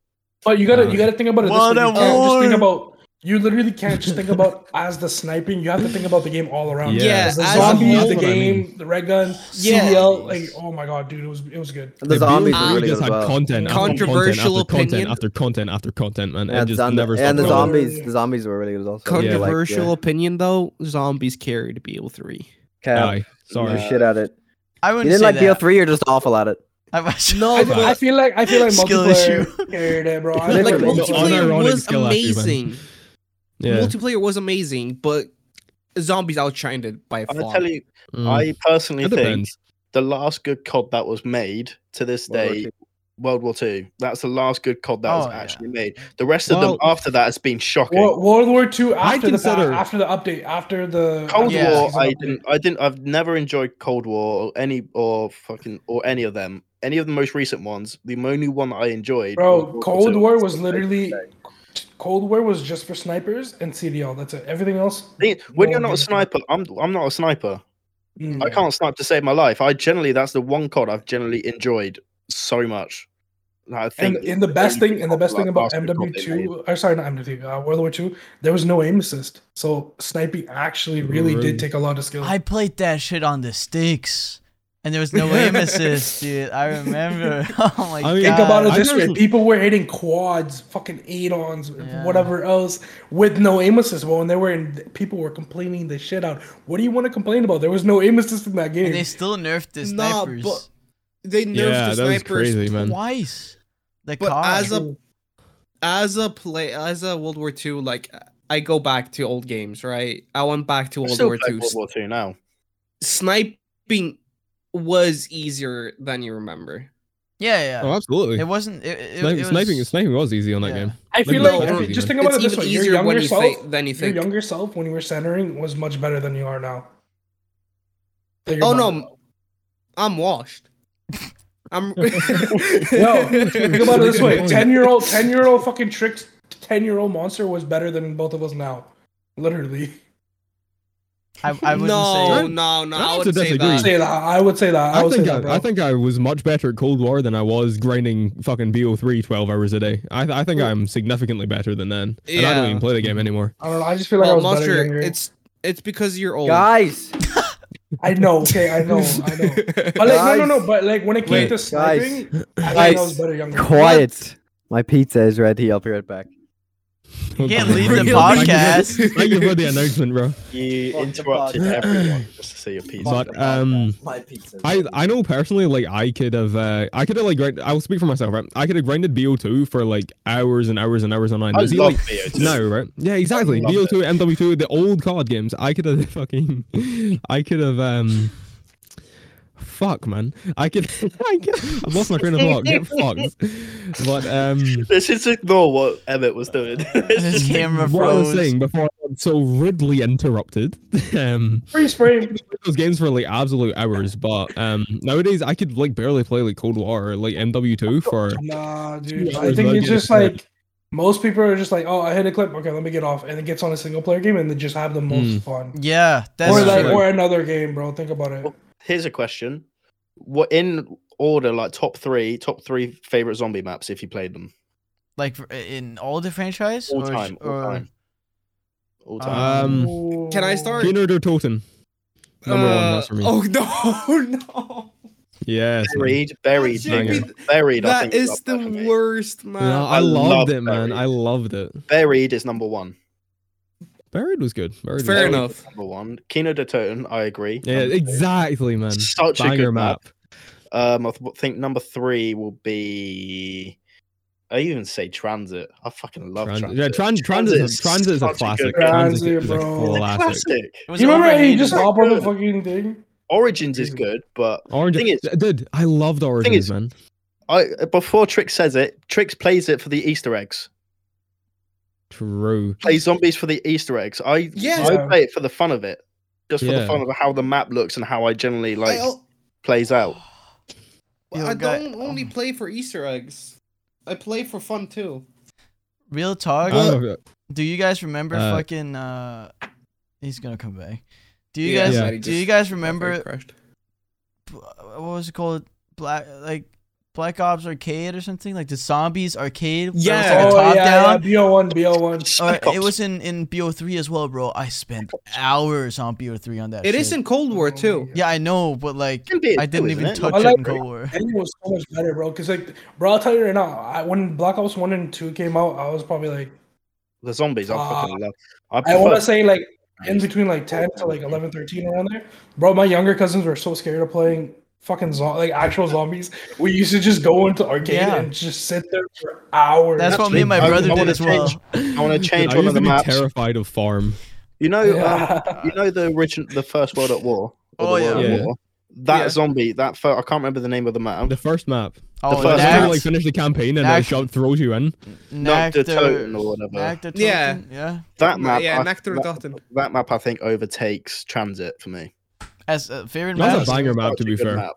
Speaker 6: But you gotta, you gotta think about it. This
Speaker 2: What
Speaker 6: way.
Speaker 2: a
Speaker 6: You can't just think
Speaker 2: war.
Speaker 6: about. You literally can't just think about as the sniping. You have to think about the game all around.
Speaker 1: Yeah,
Speaker 4: Yeah,
Speaker 6: As the
Speaker 4: as a
Speaker 6: zombies,
Speaker 4: whole-
Speaker 1: That's
Speaker 6: the
Speaker 1: what I
Speaker 6: game,
Speaker 1: mean.
Speaker 6: the red gun,
Speaker 4: Yeah.
Speaker 6: CDL. Like, oh my god, dude, it was it was good.
Speaker 3: And
Speaker 1: The
Speaker 3: the zombies
Speaker 1: BO3
Speaker 3: are really
Speaker 1: just
Speaker 3: good as
Speaker 1: had
Speaker 3: well.
Speaker 1: content, after
Speaker 4: Controversial
Speaker 1: content, after content
Speaker 4: opinion.
Speaker 1: after content after content, man. it
Speaker 3: And,
Speaker 1: just
Speaker 3: zombie-
Speaker 1: never
Speaker 3: and
Speaker 1: stopped.
Speaker 3: the
Speaker 6: stopped. zom-
Speaker 3: zombies, the zombies were really good as well. So, yeah, like,
Speaker 4: Controversial
Speaker 3: yeah.
Speaker 4: opinion though, zombies carried BO3.
Speaker 3: Cap,
Speaker 1: Aye,
Speaker 3: you're
Speaker 1: sorry.
Speaker 3: shit at it.
Speaker 2: I
Speaker 3: You
Speaker 2: wouldn't
Speaker 3: didn't
Speaker 2: say
Speaker 3: like
Speaker 2: that.
Speaker 3: BO3, you're just awful at it.
Speaker 2: I- (laughs)
Speaker 4: No,
Speaker 6: I,
Speaker 4: but-
Speaker 6: I feel like I feel like
Speaker 2: Skill
Speaker 6: multiplayer
Speaker 2: issue.
Speaker 6: carried it, bro. I feel
Speaker 4: Like
Speaker 3: Literally.
Speaker 6: like multiplayer.
Speaker 4: multiplayer
Speaker 1: Unironic
Speaker 4: was
Speaker 1: skill attribute, man.
Speaker 4: amazing.
Speaker 1: Yeah.
Speaker 4: Multiplayer was amazing, but zombies outshined it by
Speaker 5: I'm
Speaker 4: far.
Speaker 5: tell you,
Speaker 1: Mm.
Speaker 5: I personally
Speaker 1: it
Speaker 5: think
Speaker 1: depends.
Speaker 5: the last good COD that was made to this
Speaker 3: World War
Speaker 5: day,
Speaker 3: Two.
Speaker 5: World War Two. That's the last good COD that was
Speaker 2: Oh, yeah.
Speaker 5: actually made. The rest of
Speaker 1: Well-
Speaker 5: them after that has been shocking.
Speaker 6: Wo- World War II
Speaker 1: I
Speaker 6: after the pa-
Speaker 1: consider-
Speaker 6: after the update after the
Speaker 5: Cold
Speaker 6: after the
Speaker 5: War,
Speaker 6: season
Speaker 5: I
Speaker 6: update.
Speaker 5: didn't, I didn't, I've never enjoyed Cold War or any or fucking or any of them. Any of the most recent ones, the only one that I enjoyed. was
Speaker 6: Bro,
Speaker 5: World
Speaker 6: Cold
Speaker 5: Two.
Speaker 6: War was literally Cold War was just for snipers and CDL. That's it. Everything else,
Speaker 5: Thing- When you're
Speaker 6: No,
Speaker 5: not a
Speaker 6: different.
Speaker 5: sniper, I'm I'm not a sniper.
Speaker 6: mm,
Speaker 5: I can't snipe to save my life. I generally that's the one COD I've generally enjoyed so much. And I
Speaker 6: and,
Speaker 5: think
Speaker 6: and the best
Speaker 5: only
Speaker 6: thing and the best thing
Speaker 5: like
Speaker 6: about
Speaker 5: last good COD they made.
Speaker 6: MW2 or sorry not MW2 uh, World War II there was no aim assist so sniping actually really
Speaker 1: Really?
Speaker 6: did take a lot of skill
Speaker 2: I played that shit on the sticks, and there was
Speaker 4: (laughs)
Speaker 2: no aim assist, dude. I remember. (laughs) Oh my
Speaker 1: I mean-
Speaker 2: god.
Speaker 6: think about it
Speaker 1: I
Speaker 6: this way
Speaker 1: never-
Speaker 6: people were hitting quads fucking aid-ons
Speaker 2: Yeah.
Speaker 6: whatever else with no aim assist well and they were in people were complaining the shit out what do you want to complain about there was no aim assist in that game
Speaker 2: And they still nerfed the
Speaker 4: Nah,
Speaker 2: snipers
Speaker 4: but they nerfed
Speaker 1: Yeah,
Speaker 4: the
Speaker 1: that was
Speaker 4: snipers
Speaker 1: crazy, man.
Speaker 2: twice. The
Speaker 4: But
Speaker 2: car.
Speaker 4: as a as a play as a World War II, like I go back to old games, right? I went back to
Speaker 5: I
Speaker 4: World
Speaker 5: still
Speaker 4: War
Speaker 5: play
Speaker 4: II.
Speaker 5: World War Two now.
Speaker 4: Sniping was easier than you remember.
Speaker 2: yeah, yeah.
Speaker 1: Oh, absolutely.
Speaker 2: it wasn't. It, it,
Speaker 1: Snipe-
Speaker 2: it was,
Speaker 1: sniping, sniping was easy on that
Speaker 2: yeah.
Speaker 1: game.
Speaker 6: I feel
Speaker 1: Like,
Speaker 6: like
Speaker 1: no,
Speaker 6: I feel-
Speaker 1: it's
Speaker 6: just think about it
Speaker 4: it's even
Speaker 6: this way your
Speaker 4: easier when
Speaker 6: younger
Speaker 4: you
Speaker 6: self
Speaker 4: think than you
Speaker 6: your
Speaker 4: think.
Speaker 6: younger self when you were centering was much better than you are now That you're
Speaker 4: Oh no,
Speaker 6: not.
Speaker 4: I'm- I'm
Speaker 5: (laughs)
Speaker 4: washed. I'm. (laughs)
Speaker 6: Yo, think about it this
Speaker 1: (laughs)
Speaker 6: way:
Speaker 1: Good
Speaker 6: ten year old, ten year old fucking tricks, ten year old monster was better than both of us now, literally.
Speaker 2: I, I wouldn't
Speaker 4: no,
Speaker 1: (laughs)
Speaker 2: say.
Speaker 4: no, no.
Speaker 1: I
Speaker 4: I
Speaker 1: have
Speaker 4: would
Speaker 1: to
Speaker 4: say
Speaker 1: disagree.
Speaker 6: I'd
Speaker 4: that.
Speaker 6: say that. I would say that. I,
Speaker 1: I,
Speaker 6: would
Speaker 1: think
Speaker 6: say that, bro.
Speaker 1: I, I think I was much better at Cold War than I was grinding fucking BO3 12 hours a day. I, th- I think I'm significantly better than then, and I don't
Speaker 4: Yeah.
Speaker 1: even play the game anymore.
Speaker 6: I don't know. I just feel like
Speaker 4: Well,
Speaker 6: I was better
Speaker 4: Monster,
Speaker 6: younger.
Speaker 4: Uh, it's it's because you're old. (laughs)
Speaker 3: Guys,
Speaker 6: I know. Okay, I know. I know. But like, no, no, no. But like when it came
Speaker 1: Wait,
Speaker 6: to sniping, I think I was
Speaker 3: guys,
Speaker 6: better younger.
Speaker 3: (laughs) quiet. My pizza is ready. I'll be right back.
Speaker 1: You (laughs)
Speaker 2: can't leave the podcast.
Speaker 1: Thank you for the announcement, bro.
Speaker 5: You
Speaker 3: Fuck
Speaker 6: (clears throat)
Speaker 3: the
Speaker 5: interrupted
Speaker 3: podcast.
Speaker 5: everyone just to say a piece.
Speaker 1: But um,
Speaker 3: my pizza.
Speaker 1: I I know personally, like I could have, uh, I could have like grind. I'll speak for myself, right? I could have grinded BO2 for like hours and hours and hours online.
Speaker 5: I
Speaker 1: Does he,
Speaker 5: love
Speaker 1: like-
Speaker 5: BO2.
Speaker 1: No, right? Yeah, exactly.
Speaker 5: love
Speaker 1: BO2, MW2, the old card games. I could have (laughs) fucking, I could have um, fuck man, I could, (laughs) I could, I've lost my train of thought. Get fucked. But um,
Speaker 5: Let's just ignore what Emmett was doing. (laughs) Let's
Speaker 2: His
Speaker 5: just
Speaker 2: camera
Speaker 1: what I was
Speaker 2: froze.
Speaker 1: saying before I got so rudely interrupted. (laughs) Um,
Speaker 6: Freeze
Speaker 1: (laughs)
Speaker 6: frame.
Speaker 1: those games for like absolute hours, but um, nowadays I could like barely play like Cold War or like MW2 for.
Speaker 6: Nah, dude.
Speaker 1: Yeah,
Speaker 6: I think
Speaker 1: I'd
Speaker 6: it's
Speaker 1: get
Speaker 6: just
Speaker 1: it, yeah.
Speaker 6: like most people are just like, oh, I hit a clip. Okay, let me get off, and it gets on a single player game, and they just have the most
Speaker 1: Mm.
Speaker 6: fun.
Speaker 2: Yeah, that's
Speaker 6: Or like,
Speaker 2: true.
Speaker 6: or another game, bro. Think about it.
Speaker 5: Here's a question: What in order, like top three, top three favorite zombie maps if you played them
Speaker 2: like for- in all the franchise
Speaker 5: all
Speaker 2: or,
Speaker 5: time, all
Speaker 2: or-
Speaker 5: time, all
Speaker 2: uh,
Speaker 5: time?
Speaker 1: Um,
Speaker 4: Can I start?
Speaker 1: Keener or Totem? Number one,
Speaker 4: Uh,
Speaker 1: that's for me.
Speaker 4: Oh no, (laughs)
Speaker 1: Yes. man.
Speaker 5: buried, buried,
Speaker 1: should
Speaker 5: nigga.
Speaker 4: be-
Speaker 5: buried.
Speaker 4: no.
Speaker 5: I think
Speaker 4: That is
Speaker 5: up
Speaker 4: the
Speaker 5: there for me.
Speaker 4: worst map.
Speaker 1: No, I,
Speaker 5: Uh, I love
Speaker 1: loved it, man.
Speaker 5: Buried.
Speaker 1: I loved it.
Speaker 5: Buried is number one.
Speaker 1: Buried was good. Buried
Speaker 4: Fair
Speaker 1: was
Speaker 5: Buried
Speaker 1: good.
Speaker 4: enough.
Speaker 5: is Number one. Kino de Toten, I agree.
Speaker 1: Yeah,
Speaker 5: Number
Speaker 1: exactly, man.
Speaker 5: Such a
Speaker 1: Banger
Speaker 5: good map.
Speaker 1: map.
Speaker 5: Um, I th- think number three will be. I even say transit. I fucking love
Speaker 1: Trans-
Speaker 5: transit.
Speaker 1: yeah, Tran- Transit is a- Transit is a
Speaker 5: such
Speaker 1: classic.
Speaker 5: good-
Speaker 1: Transit
Speaker 6: Transit,
Speaker 1: is a
Speaker 6: bro.
Speaker 1: classic.
Speaker 5: classic.
Speaker 2: It was
Speaker 6: You remember he
Speaker 2: overhated.
Speaker 6: just
Speaker 5: Like,
Speaker 6: hop on the
Speaker 5: dude.
Speaker 6: fucking thing?
Speaker 5: Origins is good, but
Speaker 1: Orange,
Speaker 5: Thing is-
Speaker 1: dude, I loved Origins,
Speaker 5: is-
Speaker 1: man.
Speaker 5: I before Trick says it, Trix plays it for the Easter eggs.
Speaker 1: True.
Speaker 5: Play zombies for the Easter eggs. I
Speaker 4: Yeah.
Speaker 5: I play it for the fun of it, just for
Speaker 1: Yeah.
Speaker 5: the fun of how the map looks and how I generally
Speaker 4: I,
Speaker 5: like oh.
Speaker 4: al-
Speaker 5: plays out.
Speaker 2: Yo,
Speaker 4: I
Speaker 2: guy- um,
Speaker 4: don't only play for Easter eggs. I play for fun too.
Speaker 2: Real
Speaker 1: I
Speaker 2: talk.
Speaker 1: don't know if-
Speaker 2: do you guys remember
Speaker 1: Oh. Uh,
Speaker 2: fucking? uh He's gonna come back. Do you
Speaker 4: Yeah,
Speaker 2: guys?
Speaker 1: yeah.
Speaker 4: he
Speaker 2: Do you
Speaker 4: just-
Speaker 2: guys remember?
Speaker 4: crashed.
Speaker 2: b- uh, What was it called? Black like Black Ops Arcade or something like the Zombies Arcade. where
Speaker 4: Yeah.
Speaker 2: It was like a top
Speaker 6: Oh yeah, yeah,
Speaker 2: down.
Speaker 6: BO1, BO1.
Speaker 2: Uh,
Speaker 5: Spec Ops.
Speaker 2: it was in in BO3 as well, bro. I spent hours on BO3 on that.
Speaker 4: It
Speaker 2: shit.
Speaker 4: is in Cold War too.
Speaker 2: Yeah, I know, but like
Speaker 5: Can be
Speaker 2: I
Speaker 5: too,
Speaker 2: didn't
Speaker 5: isn't
Speaker 2: even
Speaker 5: it?
Speaker 2: touch
Speaker 6: I
Speaker 2: it
Speaker 6: like-
Speaker 2: in Cold
Speaker 6: (laughs)
Speaker 2: War.
Speaker 6: And it was so much better, bro. Cause like, bro, I'll tell you right now, I, when Black Ops One and Two came out, I was probably like,
Speaker 5: the zombies. I fucking love. I,
Speaker 6: I want
Speaker 5: prefer-
Speaker 6: to say like in between like 10 to like 11, 13 around there. Bro, my younger cousins were so scared of playing fucking zo- like actual zombies. We used to just go into arcade
Speaker 2: Yeah.
Speaker 6: and just sit there for hours. (laughs)
Speaker 2: That's what me and my
Speaker 5: I-
Speaker 2: brother
Speaker 5: I
Speaker 2: did
Speaker 5: wanna
Speaker 2: as well.
Speaker 5: change- I want to
Speaker 1: Dude, (laughs)
Speaker 5: change
Speaker 1: I
Speaker 5: one
Speaker 1: used to
Speaker 5: of the
Speaker 1: be
Speaker 5: maps.
Speaker 1: terrified of farm.
Speaker 5: You know, um,
Speaker 2: uh,
Speaker 6: Yeah.
Speaker 5: you know the origin, the first World at War. or
Speaker 2: Oh,
Speaker 5: the World
Speaker 1: yeah.
Speaker 5: at
Speaker 1: Yeah.
Speaker 5: War? That
Speaker 4: Yeah.
Speaker 5: zombie, that fir- I can't remember the name of the map.
Speaker 1: The first map.
Speaker 2: Oh,
Speaker 5: first
Speaker 1: That's when you,
Speaker 5: Knack-
Speaker 1: like finish the campaign and then
Speaker 2: Knack-
Speaker 1: it shot throws you in.
Speaker 5: Not
Speaker 2: Knack
Speaker 5: the
Speaker 2: the
Speaker 5: Toten or whatever.
Speaker 2: Knack the
Speaker 4: Yeah.
Speaker 2: Toten, yeah.
Speaker 5: that map,
Speaker 4: yeah,
Speaker 5: I-
Speaker 4: Nectar
Speaker 5: Oh, that,
Speaker 4: Dotton.
Speaker 5: that map, I think overtakes Transit for me.
Speaker 2: As uh, a favorite
Speaker 1: That was
Speaker 2: map.
Speaker 1: a banger map,
Speaker 5: Such
Speaker 1: to
Speaker 5: a
Speaker 1: be
Speaker 5: good
Speaker 1: fair.
Speaker 5: map.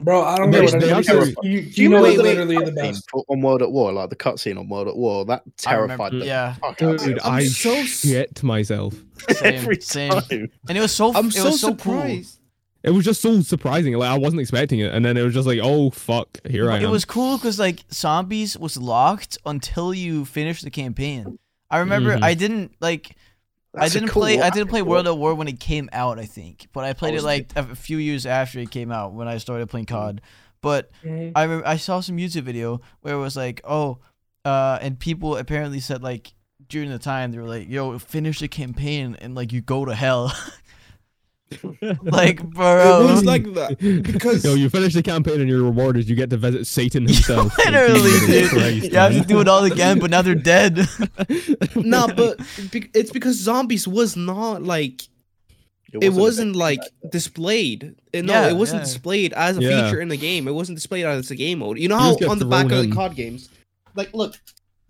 Speaker 6: bro, I don't
Speaker 1: They-
Speaker 6: get what
Speaker 1: they
Speaker 6: anybody
Speaker 1: also-
Speaker 6: says. You,
Speaker 5: Do
Speaker 6: you know,
Speaker 4: wait,
Speaker 6: it's
Speaker 4: wait.
Speaker 6: literally the
Speaker 5: Cutscene
Speaker 6: best.
Speaker 5: for- on World at War, like the cutscene on World at War, that
Speaker 2: I remember-
Speaker 5: terrified the
Speaker 2: Yeah,
Speaker 5: fuck out of me
Speaker 1: Dude,
Speaker 4: I'm
Speaker 1: i
Speaker 4: so s-
Speaker 1: shit myself.
Speaker 5: (laughs) every
Speaker 2: same, same.
Speaker 5: time.
Speaker 2: And it was so.
Speaker 4: I'm
Speaker 2: it
Speaker 4: so
Speaker 2: was so
Speaker 4: surprised.
Speaker 1: It was just so surprising. Like I wasn't expecting it, and then it was just like, oh fuck, here
Speaker 2: Cool.
Speaker 1: I
Speaker 2: It
Speaker 1: am. (laughs)
Speaker 2: was cool because like zombies was locked until you finished the campaign. I remember
Speaker 1: Mhm.
Speaker 2: I didn't like.
Speaker 5: (laughs) That's a
Speaker 2: I didn't
Speaker 5: cool
Speaker 2: play. I
Speaker 5: map.
Speaker 2: didn't play World at War when it came out. I think, but I played it like a few years after it came out when I started playing
Speaker 4: Mm-hmm.
Speaker 2: COD. But
Speaker 6: Mhm.
Speaker 2: I remember I saw some YouTube video where it was like, oh, uh, and people apparently said like during the time they were like, yo, finish the campaign and like you go to hell. (laughs)
Speaker 4: (laughs)
Speaker 2: like, bro, (laughs)
Speaker 4: It was like
Speaker 6: (laughs)
Speaker 4: that because
Speaker 1: Yo, you finish the campaign and your reward is you get to visit
Speaker 4: (laughs)
Speaker 1: Satan himself.
Speaker 2: literally,
Speaker 1: Jesus
Speaker 2: dude,
Speaker 1: Christ,
Speaker 2: you have to
Speaker 1: man.
Speaker 2: do it all again, but now they're
Speaker 4: (laughs)
Speaker 2: dead.
Speaker 4: no, but be- it's because zombies was not like it
Speaker 5: wasn't a
Speaker 4: wasn't
Speaker 5: big
Speaker 4: like
Speaker 5: map.
Speaker 4: displayed. Uh, No,
Speaker 2: Yeah,
Speaker 4: it wasn't
Speaker 2: yeah.
Speaker 4: displayed as a
Speaker 1: Yeah.
Speaker 4: feature in the game. It wasn't displayed as a game mode. You know
Speaker 1: You
Speaker 4: how
Speaker 1: just get
Speaker 4: on the back
Speaker 1: thrown
Speaker 4: of
Speaker 1: in.
Speaker 4: the COD games, like look,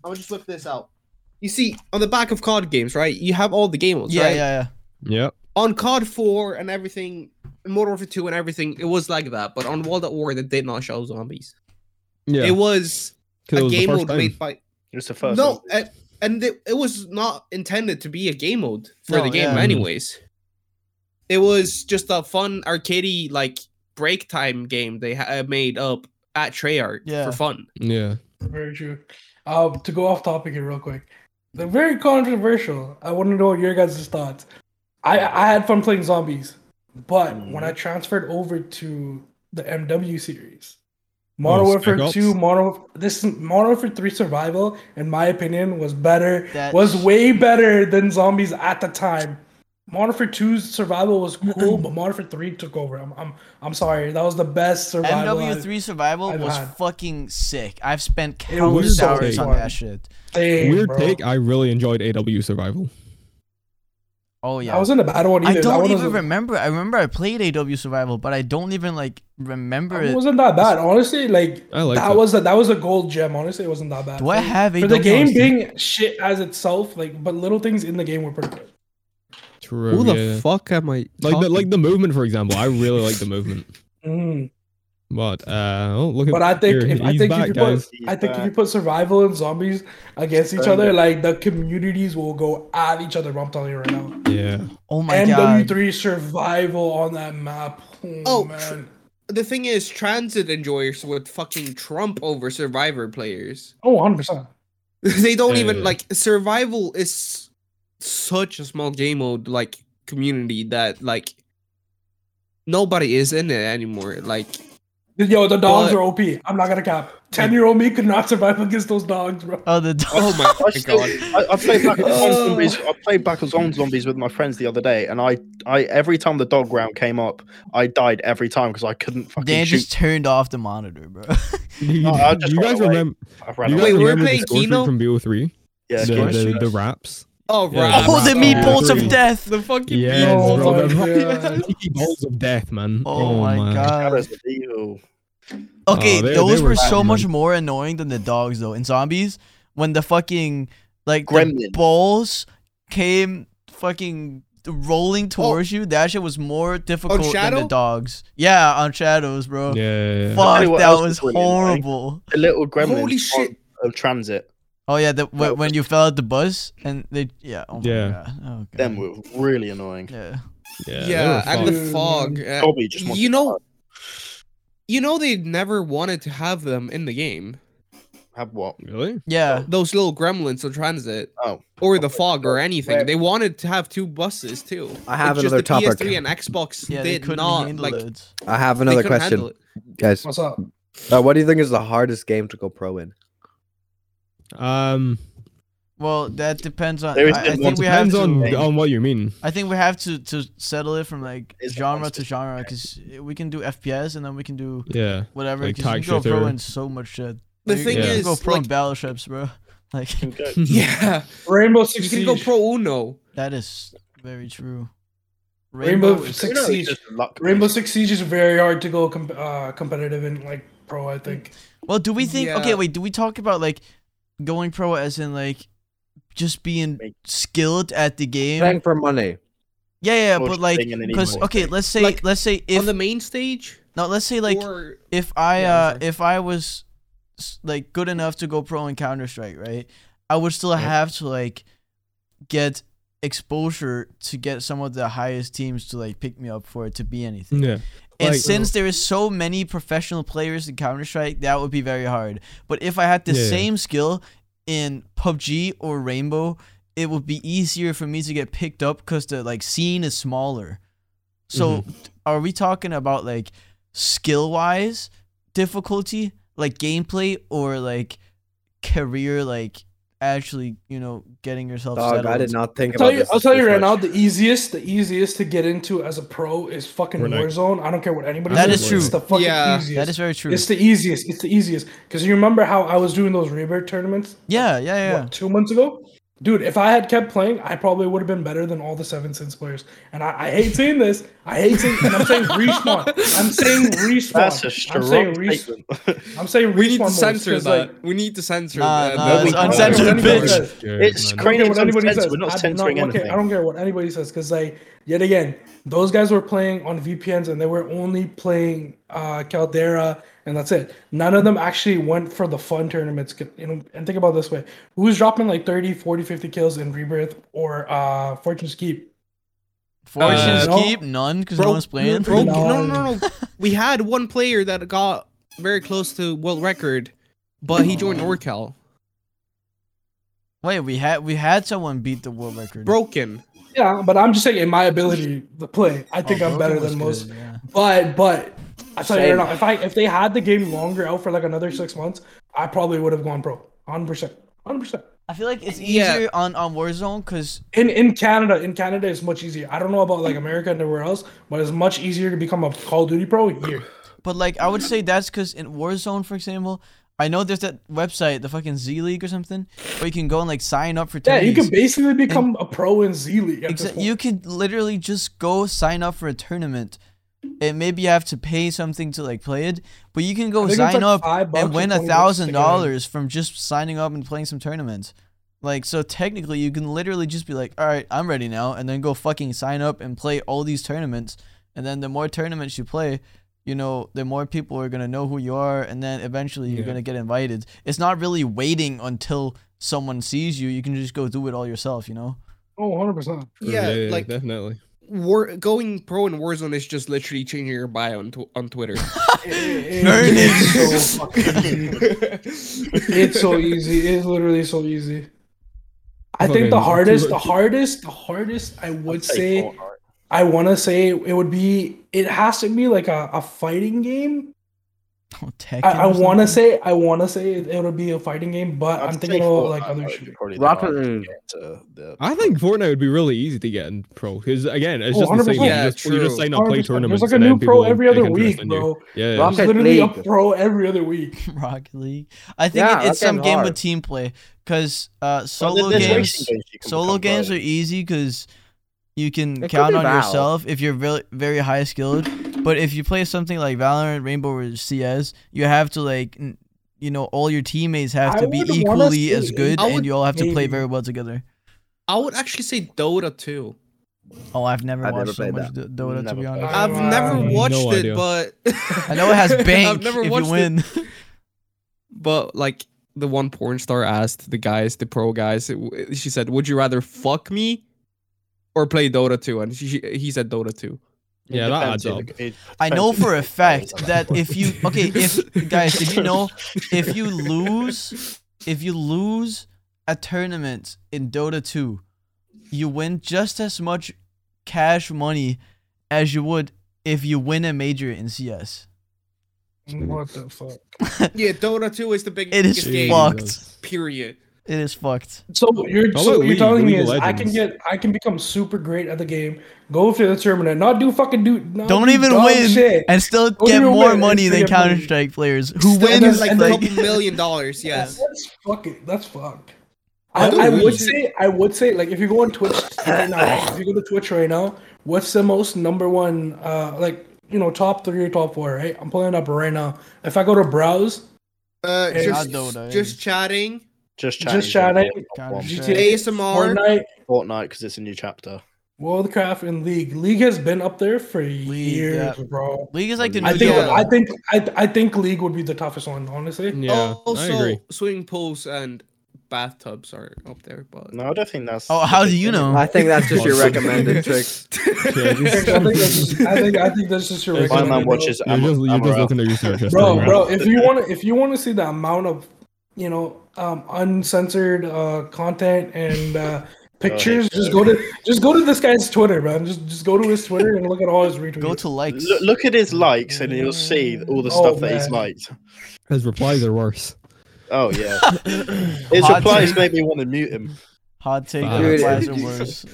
Speaker 4: I'm gonna just whip this out. You see, on the back of COD games, right? You have all the game modes,
Speaker 2: yeah, yeah,
Speaker 4: right?
Speaker 2: yeah.
Speaker 1: Yep.
Speaker 4: On COD Four and everything, Modern Warfare Two and everything, it was like that. But on World at War, they did not show zombies.
Speaker 1: Yeah.
Speaker 4: It was
Speaker 1: 'cause
Speaker 4: a
Speaker 1: it was the
Speaker 4: game
Speaker 1: first
Speaker 4: mode
Speaker 1: time.
Speaker 4: made by
Speaker 5: It was the first.
Speaker 4: no,
Speaker 5: one.
Speaker 4: a- and it, it was not intended to be a game mode for
Speaker 2: No,
Speaker 4: the game,
Speaker 2: yeah.
Speaker 4: anyways. it was just a fun arcadey like break time game they ha- uh, made up at Treyarch
Speaker 2: Yeah.
Speaker 4: for fun.
Speaker 1: Yeah.
Speaker 6: Very true. Uh, to go off topic here real quick, they're very controversial. I want to know your guys' thoughts. I I had fun playing zombies, but
Speaker 1: Mm-hmm.
Speaker 6: when I transferred over to the MW series, Modern
Speaker 1: Oh, Spec
Speaker 6: Warfare
Speaker 1: Ops?
Speaker 6: Two, Modern this Modern Warfare Three Survival, in my opinion, was better.
Speaker 2: That-
Speaker 6: Was way better than zombies at the time. Modern Warfare 2's survival was
Speaker 1: Mm-hmm.
Speaker 6: cool, but Modern Warfare 3 took over. I'm, I'm, I'm sorry. That was the best survival. I-
Speaker 2: MW3 Survival
Speaker 6: I've
Speaker 2: was
Speaker 6: had.
Speaker 2: fucking sick. I've spent
Speaker 6: It
Speaker 1: was
Speaker 2: countless
Speaker 1: so
Speaker 2: hours on
Speaker 6: fun.
Speaker 2: that shit.
Speaker 6: Same,
Speaker 1: Weird
Speaker 6: bro.
Speaker 1: take. I really enjoyed AW Survival.
Speaker 2: Oh yeah.
Speaker 6: I wasn't a bad one
Speaker 2: I
Speaker 6: either. that
Speaker 2: don't
Speaker 6: one
Speaker 2: even
Speaker 6: wasn't,
Speaker 2: remember. I remember I played AW Survival, but I don't even like remember
Speaker 6: It
Speaker 2: it.
Speaker 6: wasn't that bad, honestly. Like
Speaker 1: I liked
Speaker 6: that
Speaker 1: it.
Speaker 6: was a, that was a gold gem. Honestly, it wasn't that bad.
Speaker 2: Do I have
Speaker 6: for the
Speaker 2: AW
Speaker 6: game
Speaker 2: on Steam?
Speaker 6: being shit as itself? Like, but little things in the game were pretty good.
Speaker 1: True.
Speaker 4: Who
Speaker 1: yeah.
Speaker 4: the fuck am I?
Speaker 1: like the
Speaker 4: talking
Speaker 1: like the movement, for example. I really like the movement.
Speaker 6: Mm.
Speaker 1: But uh, oh, look at.
Speaker 6: But I think
Speaker 1: here,
Speaker 6: if, I
Speaker 1: he's
Speaker 6: think
Speaker 1: back,
Speaker 6: if you put
Speaker 1: guys.
Speaker 6: I think if you put survival and zombies against each other, like the communities will go at each other. I'm telling you right now.
Speaker 1: Yeah.
Speaker 2: Oh my god.
Speaker 6: MW3 survival on that map. Oh,
Speaker 4: Oh,
Speaker 6: man.
Speaker 4: the thing is, transit enjoyers would fucking trump over survivor players. (laughs)
Speaker 6: Oh, 100 percent.
Speaker 4: they don't even
Speaker 1: Yeah.
Speaker 4: like survival is such a small game mode like community that like nobody is in it anymore. Like
Speaker 6: Yo, the dogs
Speaker 4: But-
Speaker 6: are OP. I'm not gonna cap. Ten year old me could not survive against those dogs, bro.
Speaker 2: Oh the (laughs) dog.
Speaker 4: oh my
Speaker 5: I, still,
Speaker 4: god.
Speaker 5: I, I played back on
Speaker 4: Oh.
Speaker 5: zombies. I played back on zombies with my friends the other day, and I, I every time the dog round came up, I died every time because I couldn't fucking
Speaker 2: Dan
Speaker 5: shoot.
Speaker 2: just turned off the monitor,
Speaker 6: (laughs)
Speaker 2: bro.
Speaker 1: You,
Speaker 5: I just
Speaker 1: you
Speaker 5: ran
Speaker 1: guys
Speaker 5: away.
Speaker 1: remember?
Speaker 5: I ran
Speaker 1: You guys
Speaker 5: away.
Speaker 4: Wait, we were
Speaker 1: remember the
Speaker 4: playing
Speaker 1: score
Speaker 4: Kino?
Speaker 1: sheet from BO3?
Speaker 5: yeah,
Speaker 1: the,
Speaker 5: Kino.
Speaker 1: the, the raps.
Speaker 4: Oh
Speaker 1: Yeah,
Speaker 4: right.
Speaker 1: the
Speaker 2: Oh, the
Speaker 1: Wow.
Speaker 2: meatballs
Speaker 1: Yeah.
Speaker 2: of death.
Speaker 4: The fucking
Speaker 1: Yes,
Speaker 4: meatballs.
Speaker 6: Oh
Speaker 1: bro.
Speaker 6: my
Speaker 1: the
Speaker 6: God.
Speaker 1: Tiki balls of death, man.
Speaker 2: Oh, my god.
Speaker 5: Shadows of Uh, Evil.
Speaker 2: Okay,
Speaker 1: Oh, they- they
Speaker 2: those
Speaker 1: were
Speaker 2: were so
Speaker 1: bad,
Speaker 2: much
Speaker 1: man.
Speaker 2: more annoying than the dogs though. In zombies, when the fucking like the
Speaker 5: Gremlin.
Speaker 2: balls came fucking rolling towards you, that shit was more difficult than the
Speaker 4: Shadow?
Speaker 2: dogs. Yeah, on shadows,
Speaker 1: Yeah.
Speaker 2: bro.
Speaker 5: Tell you
Speaker 2: Fuck,
Speaker 5: what
Speaker 2: that
Speaker 5: else
Speaker 2: was
Speaker 5: was brilliant, right?
Speaker 2: horrible.
Speaker 5: The little gremlin.
Speaker 4: Holy shit.
Speaker 5: Of transit.
Speaker 2: Oh yeah, the,
Speaker 5: That
Speaker 2: when, when you fell out the bus and they yeah. Oh my
Speaker 1: Yeah.
Speaker 2: god. Oh god.
Speaker 5: Them were really annoying.
Speaker 2: yeah.
Speaker 1: Yeah.
Speaker 4: Yeah,
Speaker 1: they were
Speaker 4: and
Speaker 1: fucked.
Speaker 4: the fog. uh,
Speaker 5: Dobby just wants
Speaker 4: you
Speaker 5: to
Speaker 4: know You know they never wanted to have them in the game.
Speaker 5: have what?
Speaker 1: really?
Speaker 2: Yeah.
Speaker 4: Those little gremlins of transit
Speaker 5: Oh,
Speaker 4: or the fog or anything.
Speaker 3: Right.
Speaker 4: They wanted to have two buses too.
Speaker 3: I have
Speaker 4: it's
Speaker 3: another
Speaker 4: just the
Speaker 3: topic.
Speaker 4: PS3 and Xbox
Speaker 2: Yeah, they
Speaker 4: did
Speaker 2: couldn't
Speaker 4: not
Speaker 2: handle
Speaker 4: like
Speaker 2: it.
Speaker 3: I have
Speaker 4: they
Speaker 3: another
Speaker 4: couldn't handle
Speaker 3: question,
Speaker 4: it.
Speaker 6: (laughs)
Speaker 3: guys.
Speaker 6: What's up?
Speaker 3: Uh, what do you think is the hardest game to go pro in?
Speaker 1: Um,
Speaker 2: Well, that depends on. I,
Speaker 5: There is
Speaker 2: I
Speaker 5: no-
Speaker 2: think we have
Speaker 1: depends
Speaker 2: to.
Speaker 1: on, on what you mean.
Speaker 2: I think we have to to settle it from like
Speaker 5: It's a
Speaker 2: genre to
Speaker 5: constant
Speaker 2: genre because we can do FPS and then we can do
Speaker 1: Yeah.
Speaker 2: whatever.
Speaker 1: Like
Speaker 2: 'cause
Speaker 1: tag
Speaker 2: you can go pro
Speaker 1: shooter.
Speaker 2: in so much shit.
Speaker 4: The
Speaker 2: You-
Speaker 4: thing
Speaker 2: you can
Speaker 4: is,
Speaker 2: go pro in
Speaker 4: like-
Speaker 2: battleships, bro. (laughs) Like
Speaker 4: (laughs) Yeah,
Speaker 6: Rainbow Six
Speaker 4: you can go
Speaker 6: Siege.
Speaker 4: pro Uno.
Speaker 2: that is very true.
Speaker 6: Rainbow
Speaker 2: is-
Speaker 6: Six-
Speaker 5: You know, it's
Speaker 6: Siege.
Speaker 5: just luck,
Speaker 6: Rainbow
Speaker 5: basically.
Speaker 6: Six Siege is very hard to go com- uh, competitive in like pro. I think.
Speaker 2: Well, do we think? Okay,
Speaker 4: Yeah.
Speaker 2: wait. Do we talk about like going pro as in like just being
Speaker 5: Make-
Speaker 2: skilled at the game?
Speaker 3: Playing for money.
Speaker 2: yeah, yeah.
Speaker 5: Or
Speaker 2: But
Speaker 5: just
Speaker 2: like,
Speaker 5: playing in any
Speaker 2: because
Speaker 5: mode.
Speaker 2: okay, let's say
Speaker 4: Like,
Speaker 2: let's say if
Speaker 4: on the main stage
Speaker 2: no, let's say like
Speaker 4: or
Speaker 2: if I
Speaker 4: Yeah,
Speaker 2: uh
Speaker 4: sorry.
Speaker 2: if I was s- like good enough to go pro in Counter Strike, right? I would still have to like get exposure to get some of the highest teams to like pick me up for it to be anything.
Speaker 1: Yeah.
Speaker 2: and
Speaker 1: like-
Speaker 2: since there is so many professional players in Counter Strike, that would be very hard. But if I had the
Speaker 1: Yeah.
Speaker 2: same skill in PUBG or Rainbow, it would be easier for me to get picked up because the like scene is smaller. So are we talking about like skill wise difficulty, like gameplay, or like career, like actually, you know, getting yourself
Speaker 3: Dog,
Speaker 2: settled?
Speaker 3: I did not think
Speaker 6: Tell
Speaker 3: about
Speaker 6: you,
Speaker 3: this.
Speaker 6: I'll tell you
Speaker 3: this
Speaker 6: right now,
Speaker 3: much.
Speaker 6: the easiest, the easiest to get into as a pro is fucking
Speaker 1: We're not-
Speaker 6: Warzone. I don't care what anybody
Speaker 2: That
Speaker 6: says.
Speaker 1: is true.
Speaker 6: It's the fucking
Speaker 4: Yeah,
Speaker 6: easiest.
Speaker 2: That is very true.
Speaker 6: It's the easiest. It's the easiest. Because you remember how I was doing those rebirth tournaments
Speaker 2: yeah, yeah, yeah.
Speaker 6: what, two months ago? Dude, if I had kept playing, I probably would have been better than all the Seven Sins players. And I, I hate saying this. I hate saying, and I'm saying respawn. I'm saying respawn.
Speaker 5: That's a
Speaker 6: I'm
Speaker 5: strong
Speaker 6: saying respawn.
Speaker 5: statement. (laughs)
Speaker 6: I'm saying respawn.
Speaker 4: we need to
Speaker 6: modes,
Speaker 4: censor
Speaker 6: 'cause,
Speaker 4: that.
Speaker 6: like,
Speaker 4: we need to censor
Speaker 2: Nah,
Speaker 4: that.
Speaker 2: nah,
Speaker 4: that.
Speaker 2: it's
Speaker 4: we-
Speaker 2: uncensored, bitch.
Speaker 5: It's
Speaker 1: man.
Speaker 5: crazy.
Speaker 6: I don't care what anybody
Speaker 5: Censor,
Speaker 6: says.
Speaker 5: we're not
Speaker 6: I do
Speaker 5: censoring
Speaker 6: okay,
Speaker 5: anything.
Speaker 6: I don't care what anybody says because, like, yet again, those guys were playing on VPNs and they were only playing uh, Caldera, and that's it. None of them actually went for the fun tournaments. 'cause, You know, and think about it this way: who's dropping like 30, 40, 50 kills in Rebirth or uh, Fortune's Keep?
Speaker 2: Fortunes
Speaker 6: no.
Speaker 2: keep none because no one's playing.
Speaker 4: (laughs)
Speaker 6: bro-
Speaker 4: broke- no,
Speaker 6: No.
Speaker 4: no, no. we had one player that got very close to world record, but he joined Orcal.
Speaker 2: Wait, we had we had someone beat the world record.
Speaker 4: Broken.
Speaker 6: Yeah, but I'm just saying in my ability to play, I think I'm better than most. But but I tell you
Speaker 3: Same.
Speaker 6: right now, if I if they had the game longer out for like another six months, I probably would have gone pro. 100 percent. 100 percent.
Speaker 2: I feel like it's
Speaker 4: Yeah.
Speaker 2: easier on on Warzone because
Speaker 6: In in Canada, in Canada it's much easier. I don't know about like America and everywhere else, but it's much easier to become a Call of Duty pro here.
Speaker 2: But like I would say that's because in Warzone, for example, I know there's that website, the fucking Z League or something, where you can go and like sign up for.
Speaker 6: Yeah, you
Speaker 2: tourneys.
Speaker 6: can basically become a pro in Z League. at this
Speaker 2: Exa-
Speaker 6: point.
Speaker 2: you could literally just go sign up for a tournament. And maybe you have to pay something to like play it, but you can go
Speaker 6: think it's,
Speaker 2: sign
Speaker 6: like, five
Speaker 2: up
Speaker 6: bucks or
Speaker 2: and win a
Speaker 6: 20 bucks to
Speaker 2: thousand
Speaker 6: get in.
Speaker 2: dollars from just signing up and playing some tournaments. Like so, technically, you can literally just be like, "All right, I'm ready now," and then go fucking sign up and play all these tournaments. And then the more tournaments you play, you know, the more people are gonna know who you are, and then eventually you're
Speaker 1: Yeah.
Speaker 2: gonna get invited. It's not really waiting until someone sees you. You can just go do it all yourself. You know. (laughs)
Speaker 6: Oh, 100 percent.
Speaker 4: Yeah, like
Speaker 1: definitely.
Speaker 4: war going pro in Warzone is just literally changing your bio on, tw- on Twitter.
Speaker 6: It's so fucking easy.
Speaker 2: (laughs)
Speaker 6: It's so easy. It's literally so easy. I think the
Speaker 1: Fucking-
Speaker 6: hardest, the hardest, the hardest. I would say. I want to say it would be. It has to be like a, a fighting game.
Speaker 2: Oh, Tekken
Speaker 6: I, I
Speaker 2: or
Speaker 6: want to
Speaker 2: something?
Speaker 6: say. I want to say it, it would be a fighting game, but I'm thinking about like other shit.
Speaker 3: Rather than-
Speaker 1: I think Fortnite would be really easy to get in pro because again, it's
Speaker 6: Oh,
Speaker 1: just the same.
Speaker 6: 100%.
Speaker 1: you
Speaker 4: Yeah,
Speaker 1: just, you just
Speaker 4: true.
Speaker 1: sign up, play
Speaker 6: 100%.
Speaker 1: tournaments.
Speaker 6: There's like a
Speaker 1: and then
Speaker 6: new pro
Speaker 1: people
Speaker 6: every
Speaker 1: take
Speaker 6: other
Speaker 1: interest
Speaker 6: week,
Speaker 1: in you.
Speaker 6: bro.
Speaker 1: Yeah,
Speaker 6: There's
Speaker 3: Rocket
Speaker 6: literally a
Speaker 3: League.
Speaker 6: pro every other week.
Speaker 2: (laughs) Rocket League. I think
Speaker 3: Yeah,
Speaker 2: it, it's
Speaker 3: that
Speaker 2: some
Speaker 3: game's
Speaker 2: game
Speaker 3: hard.
Speaker 2: with team play because uh, solo games, solo games are easy because you can
Speaker 3: It could
Speaker 2: count
Speaker 3: be
Speaker 2: on
Speaker 3: Val.
Speaker 2: yourself if you're very very high skilled. But if you play something like Valorant, Rainbow, or CS, you have to like. n- You know, all your teammates have
Speaker 6: I
Speaker 2: to be
Speaker 6: would wanna
Speaker 2: equally
Speaker 6: see
Speaker 2: as
Speaker 6: it.
Speaker 2: good,
Speaker 4: I
Speaker 2: and
Speaker 4: would-
Speaker 2: you all have to play
Speaker 6: maybe.
Speaker 2: very well together.
Speaker 4: (laughs) I would actually say Dota too.
Speaker 2: Oh, I've never
Speaker 3: I've never
Speaker 2: watched so
Speaker 3: played
Speaker 2: much Do- Dota to
Speaker 3: Never
Speaker 2: be
Speaker 3: played
Speaker 2: honest.
Speaker 6: that.
Speaker 4: I've never
Speaker 6: no
Speaker 4: watched it,
Speaker 1: idea.
Speaker 4: but (laughs)
Speaker 2: I know it
Speaker 3: (laughs)
Speaker 2: has bank if you
Speaker 4: it,
Speaker 2: win.
Speaker 4: but like the one porn star asked the guys, the pro guys, it- she said, "Would you rather fuck me or play Dota 2?" And she, she, he said Dota 2.
Speaker 1: Yeah, that adds up.
Speaker 2: I know for a fact that if you okay, if guys, did you know if you lose if you lose a tournament in Dota 2, you win just as much cash money as you would if you win a major in CS.
Speaker 6: Mm, What the fuck?
Speaker 4: Yeah, Dota 2 is the big
Speaker 2: It is
Speaker 4: biggest
Speaker 1: Jesus.
Speaker 4: game.
Speaker 2: fucked.
Speaker 4: Period.
Speaker 2: It is fucked.
Speaker 6: So you're
Speaker 1: How
Speaker 6: so
Speaker 1: about
Speaker 6: what you're
Speaker 1: League?
Speaker 6: telling me
Speaker 1: League
Speaker 6: is
Speaker 1: of
Speaker 6: I can
Speaker 1: Legends.
Speaker 6: get I can become super great at the game, go to the tournament, not do fucking do not
Speaker 2: Don't
Speaker 6: do
Speaker 2: even
Speaker 6: dog
Speaker 2: win
Speaker 6: shit.
Speaker 2: and still
Speaker 6: Don't
Speaker 2: get
Speaker 6: even
Speaker 2: more
Speaker 6: win and
Speaker 2: money
Speaker 6: still
Speaker 2: than
Speaker 6: get money.
Speaker 2: Counter Strike players who
Speaker 4: Still
Speaker 2: win
Speaker 4: gets,
Speaker 6: like,
Speaker 4: like,
Speaker 2: like, (laughs)
Speaker 4: a couple million dollars. Yes.
Speaker 6: That's fucking that's fucked.
Speaker 1: I
Speaker 6: I,
Speaker 1: don't
Speaker 6: I
Speaker 1: really do-
Speaker 6: would say I would say like if you go on Twitch right now, if you go to Twitch right now, what's the most number one uh like you know top three or top four, right? I'm pulling it up right now. If I go to browse,
Speaker 4: Uh,
Speaker 6: Hey,
Speaker 4: just,
Speaker 2: not Dota,
Speaker 4: just
Speaker 2: yeah.
Speaker 4: chatting.
Speaker 5: Just
Speaker 6: Just
Speaker 5: chatting.
Speaker 6: chatting.
Speaker 2: Counter-Strike.
Speaker 6: GTA.
Speaker 4: ASMR.
Speaker 6: Fortnite,
Speaker 5: Fortnite because it's a new chapter.
Speaker 6: Worldcraft, and League. League has been up there for years,
Speaker 2: yeah.
Speaker 6: bro.
Speaker 2: League is like the new
Speaker 6: I think
Speaker 2: Dota.
Speaker 6: I think I, I think League would be the toughest one, honestly.
Speaker 1: (laughs) Yeah,
Speaker 4: also,
Speaker 1: I agree.
Speaker 4: swimming pools and bathtubs are up there, but
Speaker 5: No, I don't think that's.
Speaker 2: oh,
Speaker 5: the
Speaker 2: how
Speaker 5: big
Speaker 2: do you
Speaker 5: thing.
Speaker 2: know?
Speaker 3: I think that's just
Speaker 4: (laughs)
Speaker 3: your recommended tricks.
Speaker 6: (laughs) I think that's just, I think I think that's just your
Speaker 1: My
Speaker 5: My
Speaker 6: recommended-
Speaker 5: man watches.
Speaker 1: You're just, you're just looking at research. history,
Speaker 6: bro, bro. If you want to, if you want to see the amount of, you know, um, uncensored uh, content and uh, pictures, just go to just go to this guy's Twitter, man. Just just go to his Twitter and look at all his retweets.
Speaker 2: Go to likes.
Speaker 5: Look, look at his likes, and you'll see all the
Speaker 6: Oh,
Speaker 5: stuff that he's
Speaker 6: man.
Speaker 5: liked.
Speaker 1: His replies are worse.
Speaker 2: (laughs)
Speaker 5: Oh yeah, his
Speaker 2: Hot
Speaker 5: replies
Speaker 2: take.
Speaker 5: made me want to
Speaker 2: (laughs)
Speaker 5: mute him.
Speaker 2: Hot take.
Speaker 1: Fuck.
Speaker 2: the
Speaker 3: Dude,
Speaker 2: replies are
Speaker 3: it-
Speaker 2: worse.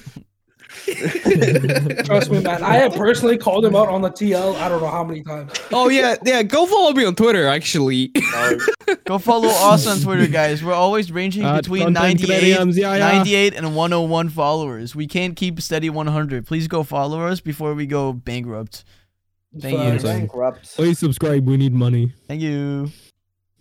Speaker 5: Oh,
Speaker 6: Trust me, man. I have personally called him out on the TL. I don't know how many times.
Speaker 4: oh yeah, yeah. Go follow me on Twitter.
Speaker 6: (laughs)
Speaker 4: Actually,
Speaker 5: No,
Speaker 2: Go follow us on Twitter, guys. We're always ranging
Speaker 1: Uh,
Speaker 2: between
Speaker 1: content
Speaker 2: 98,
Speaker 1: creators, yeah, yeah.
Speaker 2: 98 and 101 followers. We can't keep steady 100. Please go follow us before we go bankrupt. Thank you.
Speaker 6: Fuck.
Speaker 3: Bankrupt.
Speaker 1: Please subscribe. We need money.
Speaker 2: Thank you.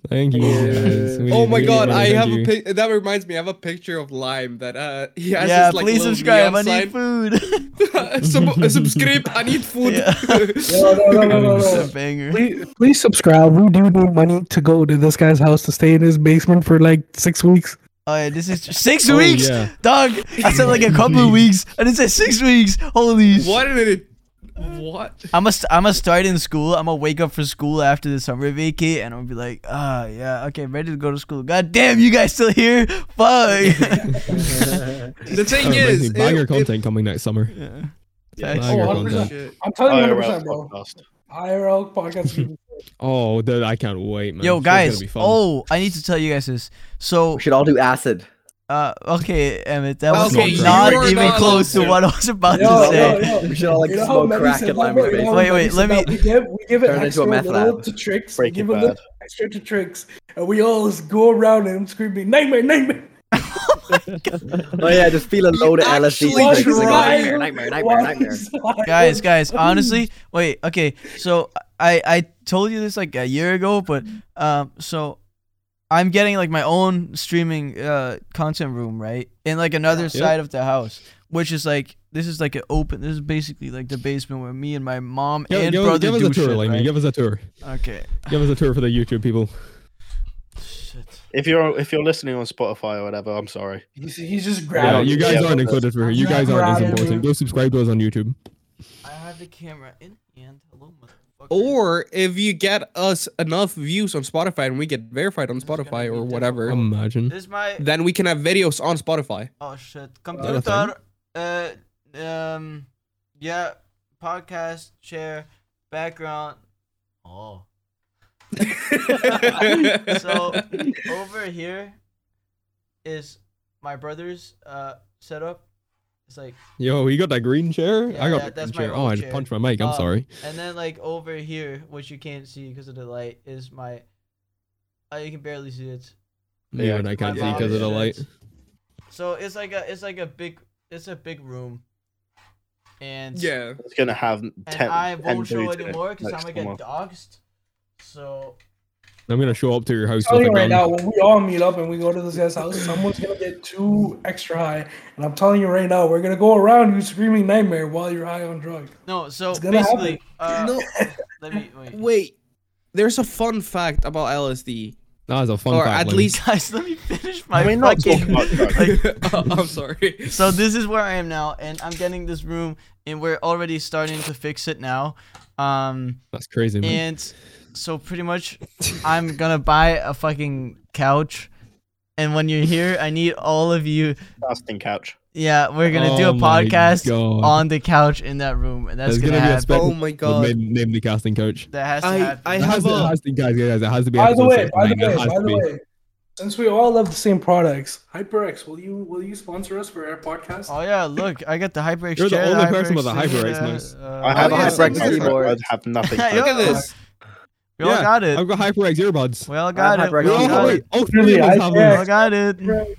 Speaker 1: Thank you. guys. We
Speaker 4: oh
Speaker 1: need-
Speaker 4: my
Speaker 1: we need
Speaker 4: god, I
Speaker 1: money,
Speaker 4: have
Speaker 1: thank
Speaker 4: a
Speaker 1: you.
Speaker 4: pic- that reminds me. I have a picture of Lime that uh (laughs) he has
Speaker 2: yeah,
Speaker 4: this, like,
Speaker 2: please
Speaker 4: little
Speaker 2: subscribe. I
Speaker 4: neon
Speaker 2: need
Speaker 4: sign.
Speaker 2: food. (laughs)
Speaker 4: (laughs) Sub- uh, subscribe. I need food. (laughs)
Speaker 2: Yeah.
Speaker 6: No, no, no, no, no,
Speaker 2: This (laughs)
Speaker 6: no.
Speaker 2: is a banger.
Speaker 6: Please, please subscribe. We do need money to go to this guy's house to stay in his basement for like six weeks.
Speaker 2: Oh yeah, this is six
Speaker 1: Oh,
Speaker 2: weeks,
Speaker 1: yeah.
Speaker 2: dog. I said like a couple of weeks, and it said six weeks. Holy sh-
Speaker 4: What did it? What?
Speaker 2: I'm gonna I'm gonna start in school. I'm gonna wake up for school after the summer vacay, and I'm gonna be like, ah, yeah, okay, ready to go to school. God damn, you guys still here? Fuck.
Speaker 4: The
Speaker 1: Oh,
Speaker 4: thing is,
Speaker 1: amazing. Banger
Speaker 4: it-
Speaker 1: content coming next summer.
Speaker 2: (laughs) Facts.
Speaker 1: Banger
Speaker 6: Oh,
Speaker 1: content.
Speaker 6: 100%.
Speaker 5: Shit.
Speaker 6: I'm (laughs) telling you 100
Speaker 5: IRL
Speaker 6: percent bro.
Speaker 5: podcast.
Speaker 6: IRL podcast.
Speaker 1: Oh, dude, I can't wait, man.
Speaker 2: Yo
Speaker 1: It's gonna
Speaker 2: guys,
Speaker 1: be fun. (laughs)
Speaker 2: oh, I need to tell you guys this. So,
Speaker 3: We should all do acid.
Speaker 2: uh, okay, Emmett, that was
Speaker 1: Okay, you
Speaker 2: not
Speaker 1: are
Speaker 2: even
Speaker 1: not
Speaker 2: close to
Speaker 4: allowed
Speaker 2: what I was about to
Speaker 6: Yo,
Speaker 2: say.
Speaker 6: yo, yo.
Speaker 3: We should all like
Speaker 6: You know how
Speaker 3: smoke
Speaker 6: Maddie
Speaker 3: crack
Speaker 6: said
Speaker 3: and
Speaker 6: that,
Speaker 3: lime
Speaker 6: bro?
Speaker 3: in the
Speaker 6: You know
Speaker 3: basement.
Speaker 2: Wait,
Speaker 6: how Maddie
Speaker 2: wait,
Speaker 6: said
Speaker 2: let
Speaker 6: that?
Speaker 2: me-
Speaker 6: We give, we give it
Speaker 3: Turn into a
Speaker 6: extra
Speaker 3: meth
Speaker 6: little
Speaker 3: lab.
Speaker 6: to tricks. We
Speaker 5: Breaking
Speaker 6: give it little
Speaker 5: Bad.
Speaker 6: extra to tricks, and we all just go around and screaming nightmare, nightmare.
Speaker 3: Oh yeah, just feel a load of LSD.
Speaker 4: actually
Speaker 3: tricks and go,
Speaker 4: tried-
Speaker 3: Nightmare, nightmare, nightmare, nightmare.
Speaker 1: (laughs)
Speaker 6: (laughs)
Speaker 2: guys, guys, honestly, wait, okay. So I I told you this like a year ago, but um, so I'm getting like my own streaming uh content room, right, in like another side of the house, which is like this is like an open. This is basically like the basement where me and my mom
Speaker 1: Yo,
Speaker 2: and
Speaker 1: give,
Speaker 2: brother
Speaker 1: give us
Speaker 2: do
Speaker 1: a tour,
Speaker 2: shit.
Speaker 1: Lamey.
Speaker 2: right?
Speaker 1: Give us a tour.
Speaker 2: Okay.
Speaker 1: Give us a tour for the YouTube people.
Speaker 2: Shit.
Speaker 5: If you're if you're listening on Spotify or whatever, I'm sorry.
Speaker 6: He's, he's just
Speaker 1: Yeah,
Speaker 6: grabbing.
Speaker 1: you guys
Speaker 5: yeah,
Speaker 1: aren't
Speaker 5: but-
Speaker 1: included for here. You guys aren't as
Speaker 6: Yeah.
Speaker 1: important. Go subscribe to us on YouTube.
Speaker 2: I have the camera in hand. Hello, motherfucker.
Speaker 4: Or if you get us enough views on Spotify and we get verified on
Speaker 2: gonna
Speaker 4: Spotify
Speaker 2: be
Speaker 4: or whatever,
Speaker 1: Um, Imagine.
Speaker 2: This is my
Speaker 4: then we can have videos on Spotify.
Speaker 2: Oh shit.
Speaker 1: that a
Speaker 2: Computer. Uh, um, yeah. Podcast share background. Oh. (laughs) So over here is my brother's uh setup. It's like,
Speaker 1: Yo, you got that green chair?
Speaker 2: Yeah,
Speaker 1: I got
Speaker 2: yeah,
Speaker 1: the green
Speaker 2: that's my
Speaker 1: chair.
Speaker 2: old
Speaker 1: Oh, I just
Speaker 2: chair.
Speaker 1: punched my mic. I'm
Speaker 2: Uh,
Speaker 1: sorry.
Speaker 2: and then like over here, which you can't see because of the light, is my. Oh, you can barely see it.
Speaker 1: Yeah,
Speaker 5: yeah,
Speaker 1: and I
Speaker 5: my
Speaker 1: can't see
Speaker 5: mom
Speaker 1: because of the
Speaker 2: shit.
Speaker 1: light.
Speaker 2: So it's like a, it's like a big, it's a big room. And
Speaker 4: yeah.
Speaker 5: It's gonna have ten.
Speaker 2: and I won't
Speaker 5: 10
Speaker 2: show
Speaker 5: dudes in it
Speaker 2: anymore because I'm
Speaker 5: next
Speaker 2: gonna
Speaker 5: summer.
Speaker 2: get doxxed. So
Speaker 1: I'm gonna show up to your house
Speaker 6: I'm telling
Speaker 1: with a
Speaker 6: you right
Speaker 1: gun.
Speaker 6: now, when we all meet up and we go to this guy's house, someone's gonna get too extra high. And I'm telling you right now, we're gonna go around you screaming nightmare while you're high on drugs.
Speaker 2: no, so
Speaker 6: It's gonna
Speaker 2: basically, uh,
Speaker 4: No,
Speaker 2: (laughs) let me
Speaker 1: (laughs)
Speaker 2: wait.
Speaker 4: wait. There's a fun fact about LSD,
Speaker 1: That is a fun
Speaker 4: or
Speaker 1: fact.
Speaker 4: at
Speaker 1: Lemmy.
Speaker 4: least.
Speaker 2: Guys, let me finish my
Speaker 5: I mean, not talk
Speaker 2: fucking.
Speaker 5: about drugs.
Speaker 2: (laughs) like, (laughs)
Speaker 4: (laughs)
Speaker 2: oh,
Speaker 4: I'm sorry.
Speaker 2: so this is where I am now, and I'm getting this room, and we're already starting to fix it now. Um,
Speaker 1: that's crazy, man.
Speaker 2: and so pretty much, I'm gonna buy a fucking couch, and when you're here, I need all of you.
Speaker 5: Casting couch.
Speaker 2: Yeah, we're gonna do
Speaker 1: Oh
Speaker 2: a
Speaker 1: my
Speaker 2: podcast
Speaker 1: God.
Speaker 2: on the couch in that room, and that's
Speaker 1: There's
Speaker 2: gonna,
Speaker 1: gonna be a
Speaker 2: happen.
Speaker 1: spec-
Speaker 4: Oh my
Speaker 1: We've
Speaker 4: god.
Speaker 1: made- Name the casting coach.
Speaker 2: that has to
Speaker 4: I,
Speaker 2: happen.
Speaker 4: I
Speaker 1: It has
Speaker 4: have
Speaker 1: to, it
Speaker 4: a.
Speaker 1: has to, guys, guys, it has to be.
Speaker 6: By the
Speaker 1: episode
Speaker 6: way, by
Speaker 1: 69.
Speaker 6: the
Speaker 1: It
Speaker 6: way,
Speaker 1: has
Speaker 6: by
Speaker 1: to
Speaker 6: the
Speaker 1: be.
Speaker 6: way, since we all love the same products, HyperX, will you will you sponsor us for our podcast?
Speaker 2: Oh yeah, look, I got the HyperX
Speaker 1: You're the
Speaker 2: chair,
Speaker 1: only person with a
Speaker 2: HyperX
Speaker 1: HyperX
Speaker 2: thing,
Speaker 1: mouse.
Speaker 2: uh,
Speaker 5: I have
Speaker 4: oh,
Speaker 5: a
Speaker 4: yeah,
Speaker 5: high
Speaker 4: so
Speaker 5: breakfast
Speaker 4: it's-
Speaker 5: keyboard.
Speaker 3: keyboard.
Speaker 5: I
Speaker 2: (laughs)
Speaker 5: have nothing.
Speaker 2: Yeah,
Speaker 5: Look
Speaker 2: yo,
Speaker 4: Look at this.
Speaker 2: We all
Speaker 1: Yeah,
Speaker 2: got it.
Speaker 1: I've got HyperX earbuds.
Speaker 2: We all got
Speaker 3: I
Speaker 2: it.
Speaker 3: have
Speaker 2: We
Speaker 3: HyperX
Speaker 2: all
Speaker 1: Oh,
Speaker 2: got
Speaker 3: keyboard.
Speaker 1: wait,
Speaker 2: it.
Speaker 1: all three
Speaker 6: Really,
Speaker 1: of us
Speaker 6: I
Speaker 1: have
Speaker 2: We
Speaker 6: can't-
Speaker 1: them.
Speaker 2: all got it.
Speaker 6: HyperX,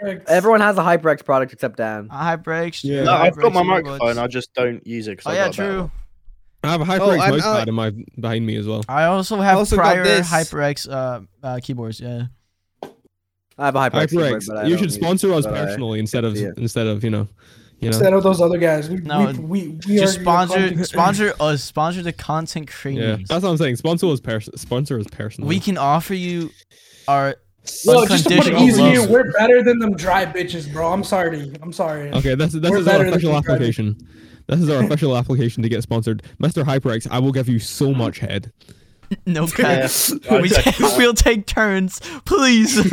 Speaker 3: Mm-hmm.
Speaker 6: HyperX.
Speaker 3: Everyone has a HyperX product except Dan.
Speaker 2: A HyperX.
Speaker 1: Yeah.
Speaker 5: No, I've got my
Speaker 2: HyperX
Speaker 5: microphone.
Speaker 2: earbuds.
Speaker 5: I just don't use it. 'cause
Speaker 2: Oh
Speaker 5: I
Speaker 2: yeah,
Speaker 5: got a better
Speaker 2: true.
Speaker 5: one.
Speaker 1: I have a HyperX
Speaker 4: I'm
Speaker 1: mouse
Speaker 4: out.
Speaker 1: pad in my behind me as well.
Speaker 2: I also have
Speaker 4: also got
Speaker 2: prior
Speaker 4: this.
Speaker 2: HyperX uh, uh, keyboards. Yeah.
Speaker 3: I have a HyperX. keyboard, but I
Speaker 1: HyperX, you
Speaker 3: don't
Speaker 1: should
Speaker 3: use it,
Speaker 1: sponsor us
Speaker 3: but I-
Speaker 1: personally instead of
Speaker 3: see it.
Speaker 1: instead of you know, you know.
Speaker 6: Instead of "Oh, those other guys, we,
Speaker 2: No,
Speaker 6: we, we, we
Speaker 2: Just
Speaker 6: are your
Speaker 2: sponsor,
Speaker 6: content-
Speaker 2: sponsor us, sponsor the content
Speaker 1: Yeah,
Speaker 2: creators.
Speaker 1: that's what I'm saying. Sponsor us, pers- sponsor us personally.
Speaker 2: we can offer you our.
Speaker 6: Yo, just to put it
Speaker 2: Unconditional
Speaker 6: easier,
Speaker 2: love.
Speaker 6: we're better than them dry bitches, bro. I'm sorry. I'm sorry.
Speaker 1: Okay, this, this
Speaker 6: We're
Speaker 1: is our
Speaker 6: better than
Speaker 1: official
Speaker 6: you, Freddy.
Speaker 1: application. This is our official application to get sponsored. Mr. HyperX, I will give you so much head.
Speaker 2: (laughs) No cap.
Speaker 5: Yeah,
Speaker 2: we
Speaker 5: (laughs) I- I-
Speaker 2: will take (laughs) turns, please.
Speaker 4: (laughs)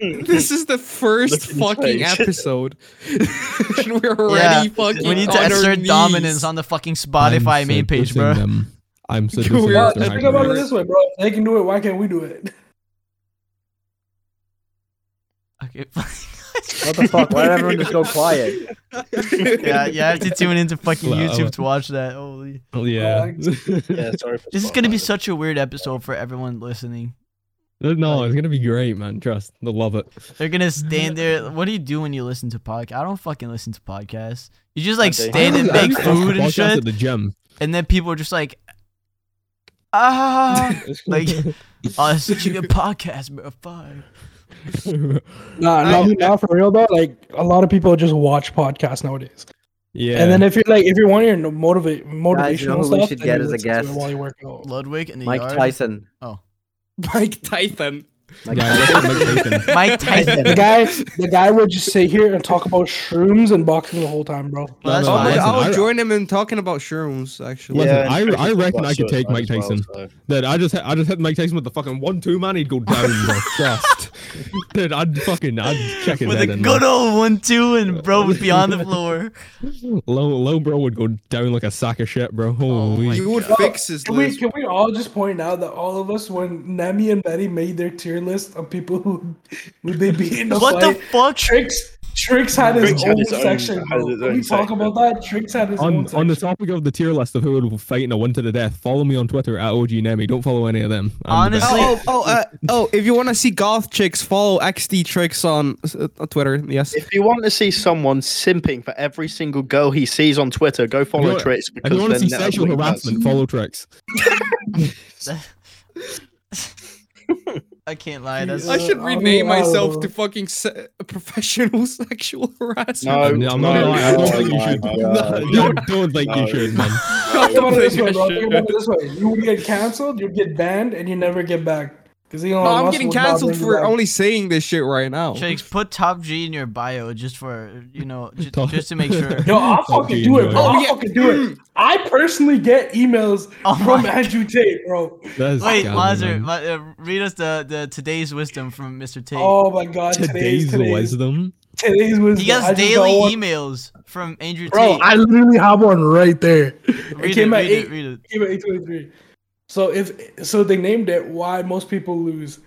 Speaker 4: This is the first
Speaker 5: Look at his
Speaker 2: (laughs)
Speaker 4: fucking
Speaker 5: face.
Speaker 4: episode. (laughs) and we're already fucking.
Speaker 2: we need
Speaker 4: on
Speaker 2: to
Speaker 4: our
Speaker 2: assert
Speaker 4: knees.
Speaker 2: dominance
Speaker 4: (laughs)
Speaker 2: on the fucking Spotify
Speaker 1: I'm
Speaker 2: main page,
Speaker 1: seducing
Speaker 2: bro.
Speaker 1: Them. I'm seducing
Speaker 4: We're-
Speaker 6: Well,
Speaker 1: Mr.
Speaker 4: They're
Speaker 6: think about it
Speaker 1: HyperX.
Speaker 6: this way, bro. If they can do it, why can't we do it?
Speaker 2: (laughs) Okay.
Speaker 3: What the fuck? Why did everyone just go quiet?
Speaker 1: (laughs)
Speaker 2: yeah, you have to tune into fucking
Speaker 1: Well, I-
Speaker 2: YouTube to watch that. Holy.
Speaker 1: Yeah.
Speaker 5: (laughs) yeah, sorry for
Speaker 2: This is gonna be
Speaker 5: Spotify.
Speaker 2: such a weird episode for everyone listening.
Speaker 1: (laughs) no, it's gonna be great, man. Trust, they'll love it.
Speaker 2: They're gonna stand there. What do you do when you listen to podcast? I don't fucking listen to podcasts. You just like
Speaker 5: I do.
Speaker 2: stand
Speaker 1: (laughs)
Speaker 2: and
Speaker 1: I
Speaker 2: make
Speaker 1: just watched
Speaker 2: food
Speaker 1: the
Speaker 2: and
Speaker 1: podcast
Speaker 2: shit,
Speaker 1: at the gym. (laughs)
Speaker 2: and then people are just like,
Speaker 1: (laughs)
Speaker 2: ah, like, oh, it's such a good podcast, bro. Fuck.
Speaker 6: Nah,
Speaker 4: I-
Speaker 6: no, now for real though. Like a lot of people just watch podcasts nowadays.
Speaker 1: yeah.
Speaker 6: And then if you're like, if you want your motivate motivational
Speaker 3: Guys, you know who we
Speaker 6: stuff,
Speaker 3: should
Speaker 6: then you
Speaker 3: get as a
Speaker 6: listen to it
Speaker 3: guest?
Speaker 6: while you work out.
Speaker 2: Ludwig and the
Speaker 3: Mike
Speaker 2: yard.
Speaker 3: Tyson.
Speaker 4: Mike Tyson.
Speaker 5: Like,
Speaker 1: Yeah, I looked at Mike Tyson. (laughs)
Speaker 2: Mike Tyson.
Speaker 6: The guy, the guy would just sit here and talk about shrooms and boxing the whole time, bro.
Speaker 2: Well, (laughs) that's
Speaker 1: No,
Speaker 4: Oh,
Speaker 1: no,
Speaker 4: my
Speaker 2: fine.
Speaker 4: God,
Speaker 1: listen,
Speaker 4: I
Speaker 1: I-
Speaker 4: would join him in talking about shrooms. Actually,
Speaker 1: Listen,
Speaker 5: and
Speaker 1: I-
Speaker 5: Tracy
Speaker 1: I reckon
Speaker 5: Scott's
Speaker 1: I could take
Speaker 5: suicide
Speaker 1: Mike
Speaker 5: as well,
Speaker 1: Tyson.
Speaker 5: so-
Speaker 1: Dude, I just I just hit Mike Tyson with the fucking one two man, he'd go down
Speaker 2: (laughs)
Speaker 1: the chest. Dude, I'd fucking I'd check his
Speaker 2: With a
Speaker 1: head in.
Speaker 2: good old one two and bro would be
Speaker 1: (laughs)
Speaker 2: on the floor.
Speaker 1: Low low bro would go down like a sack of shit, bro.
Speaker 2: Oh
Speaker 1: Holy
Speaker 4: you would fix
Speaker 1: Oh,
Speaker 4: his
Speaker 6: Can we,
Speaker 4: list.
Speaker 6: can we all just point out that all of us, when Nemi and Betty made their tier list of people who, who they beat in the
Speaker 2: What the
Speaker 6: fight,
Speaker 2: fuck?
Speaker 6: Trix, Trix had his
Speaker 5: Trix had
Speaker 6: own
Speaker 5: his own-
Speaker 6: section.
Speaker 5: had
Speaker 6: bro.
Speaker 5: his
Speaker 6: Can
Speaker 5: own
Speaker 6: we talk
Speaker 5: section.
Speaker 6: about that? Trix had his own
Speaker 1: on
Speaker 6: section.
Speaker 1: on the topic of the tier list of who would fight in a one to the death, follow me on Twitter at OG Nemi. Don't follow any of them. I'm the best.
Speaker 2: Honestly-
Speaker 4: Oh, oh, oh, uh, oh! If you want to see goth chicks, follow XD Tricks on uh, Twitter. Yes.
Speaker 5: If you want to see someone simping for every single girl he sees on Twitter, go
Speaker 1: If you
Speaker 5: follow
Speaker 1: want-
Speaker 5: Trix
Speaker 1: if you
Speaker 5: because
Speaker 1: want to
Speaker 5: then
Speaker 1: see
Speaker 5: that's
Speaker 1: sexual
Speaker 5: what he does.
Speaker 1: harassment, follow tricks.
Speaker 2: (laughs) I can't lie. That's
Speaker 6: I should rename myself to
Speaker 4: fucking se- professional sexual harassment.
Speaker 5: No,
Speaker 1: I'm not
Speaker 5: no,
Speaker 1: gonna lie, I don't
Speaker 5: no,
Speaker 1: think you
Speaker 5: no,
Speaker 1: should. (laughs)
Speaker 5: no,
Speaker 1: No,
Speaker 5: no.
Speaker 1: don't- don't think you
Speaker 5: No.
Speaker 1: should, man.
Speaker 6: Think about it this way, bro. Think about it this way. You would get canceled, you'd get banned, and you never get back. Because
Speaker 4: No, I'm getting canceled for only saying this shit right now.
Speaker 2: Tricks, put top G in your bio just for you
Speaker 6: (laughs)
Speaker 2: know just,
Speaker 1: Top-
Speaker 2: just to make sure.
Speaker 6: Yo, I'll
Speaker 1: Fuck
Speaker 6: fucking
Speaker 1: you,
Speaker 6: do it,
Speaker 1: bro.
Speaker 6: bro. I'll
Speaker 4: yeah.
Speaker 6: fucking do it. I personally get emails
Speaker 2: Oh
Speaker 6: from
Speaker 2: my-
Speaker 6: Andrew Tate, bro.
Speaker 1: That is
Speaker 2: Wait,
Speaker 1: scandal,
Speaker 2: Lazar,
Speaker 1: man.
Speaker 2: Ma- uh, read us the, the today's wisdom from Mr. Tate.
Speaker 6: Oh my god,
Speaker 1: Today's
Speaker 6: today's today's
Speaker 1: wisdom.
Speaker 6: today's wisdom.
Speaker 2: he gets
Speaker 6: I just got
Speaker 2: daily
Speaker 6: one-
Speaker 2: emails from Andrew
Speaker 6: Bro,
Speaker 2: Tate.
Speaker 6: I literally have one right there.
Speaker 2: read it,
Speaker 6: came at
Speaker 2: read it,
Speaker 6: eight-
Speaker 2: read it.
Speaker 6: Give it 823. So if so they named it why most people lose.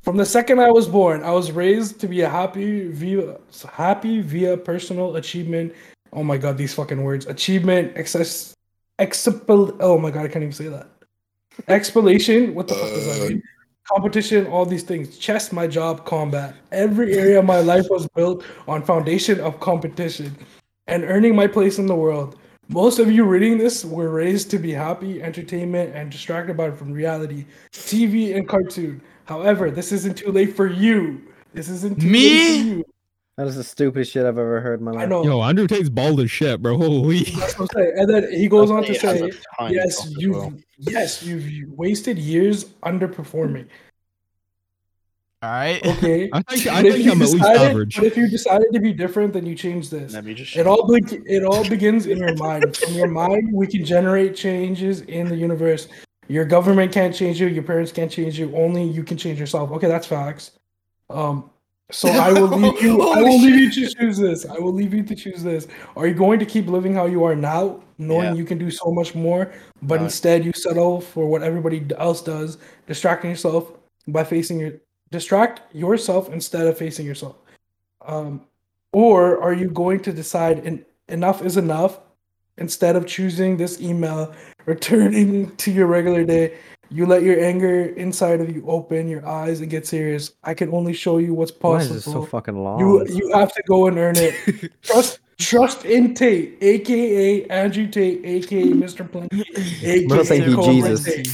Speaker 6: From the second I was born, I was raised to be a happy via happy via personal achievement. Oh my god, these fucking words. Achievement, excess expel oh my god, I can't even say that. Explanation, what the fuck does that mean? Competition, all these things. Chess, my job, combat. Every area of my life was built on foundation of competition and earning my place in the world. Most of you reading this were raised to be happy, entertainment, and distracted by from reality, TV, and cartoon. However, this isn't too late for you. This isn't too
Speaker 2: Me?
Speaker 6: late for you.
Speaker 3: That is the stupidest shit I've ever heard in my life.
Speaker 6: I know.
Speaker 1: Yo, Andrew Tate's bald as shit, bro. (laughs) Holy.
Speaker 6: That's what I'm saying. And then he goes on to
Speaker 5: He has
Speaker 6: say,
Speaker 5: a tiny cock
Speaker 6: "Yes,
Speaker 5: as
Speaker 6: you've
Speaker 5: well.
Speaker 6: yes you've wasted years underperforming."
Speaker 2: All right.
Speaker 6: (laughs) Okay.
Speaker 1: (laughs) I think, I
Speaker 6: But if
Speaker 1: think
Speaker 6: you (laughs)
Speaker 1: I'm at least
Speaker 6: decided-
Speaker 1: average.
Speaker 6: But if you decided to be different, then you change this.
Speaker 5: Let me just.
Speaker 6: It all be- it all begins in your mind. From your mind, we can generate changes in the universe. Your government can't change you. Your parents can't change you. Only you can change yourself. Okay, that's facts. Um, so I will leave you. I will leave you to choose this. I will leave you to choose this. Are you going to keep living how you are now, knowing
Speaker 5: Yeah.
Speaker 6: you can do so much more, but
Speaker 5: No.
Speaker 6: instead you settle for what everybody else does, distracting yourself by facing your distract yourself instead of facing yourself. Um, or are you going to decide en- enough is enough instead of choosing this email, (laughs) returning to your regular day? You let your anger inside of you open your eyes and get serious. I can only show you what's
Speaker 3: Why is
Speaker 6: possible.
Speaker 3: this so fucking long?
Speaker 6: you you have to go and earn
Speaker 3: (laughs)
Speaker 6: it. trust trust in Tate, aka Andrew Tate, aka Mr. Plenty, aka
Speaker 3: not saying he
Speaker 6: Cobra
Speaker 3: Jesus.
Speaker 6: Tate.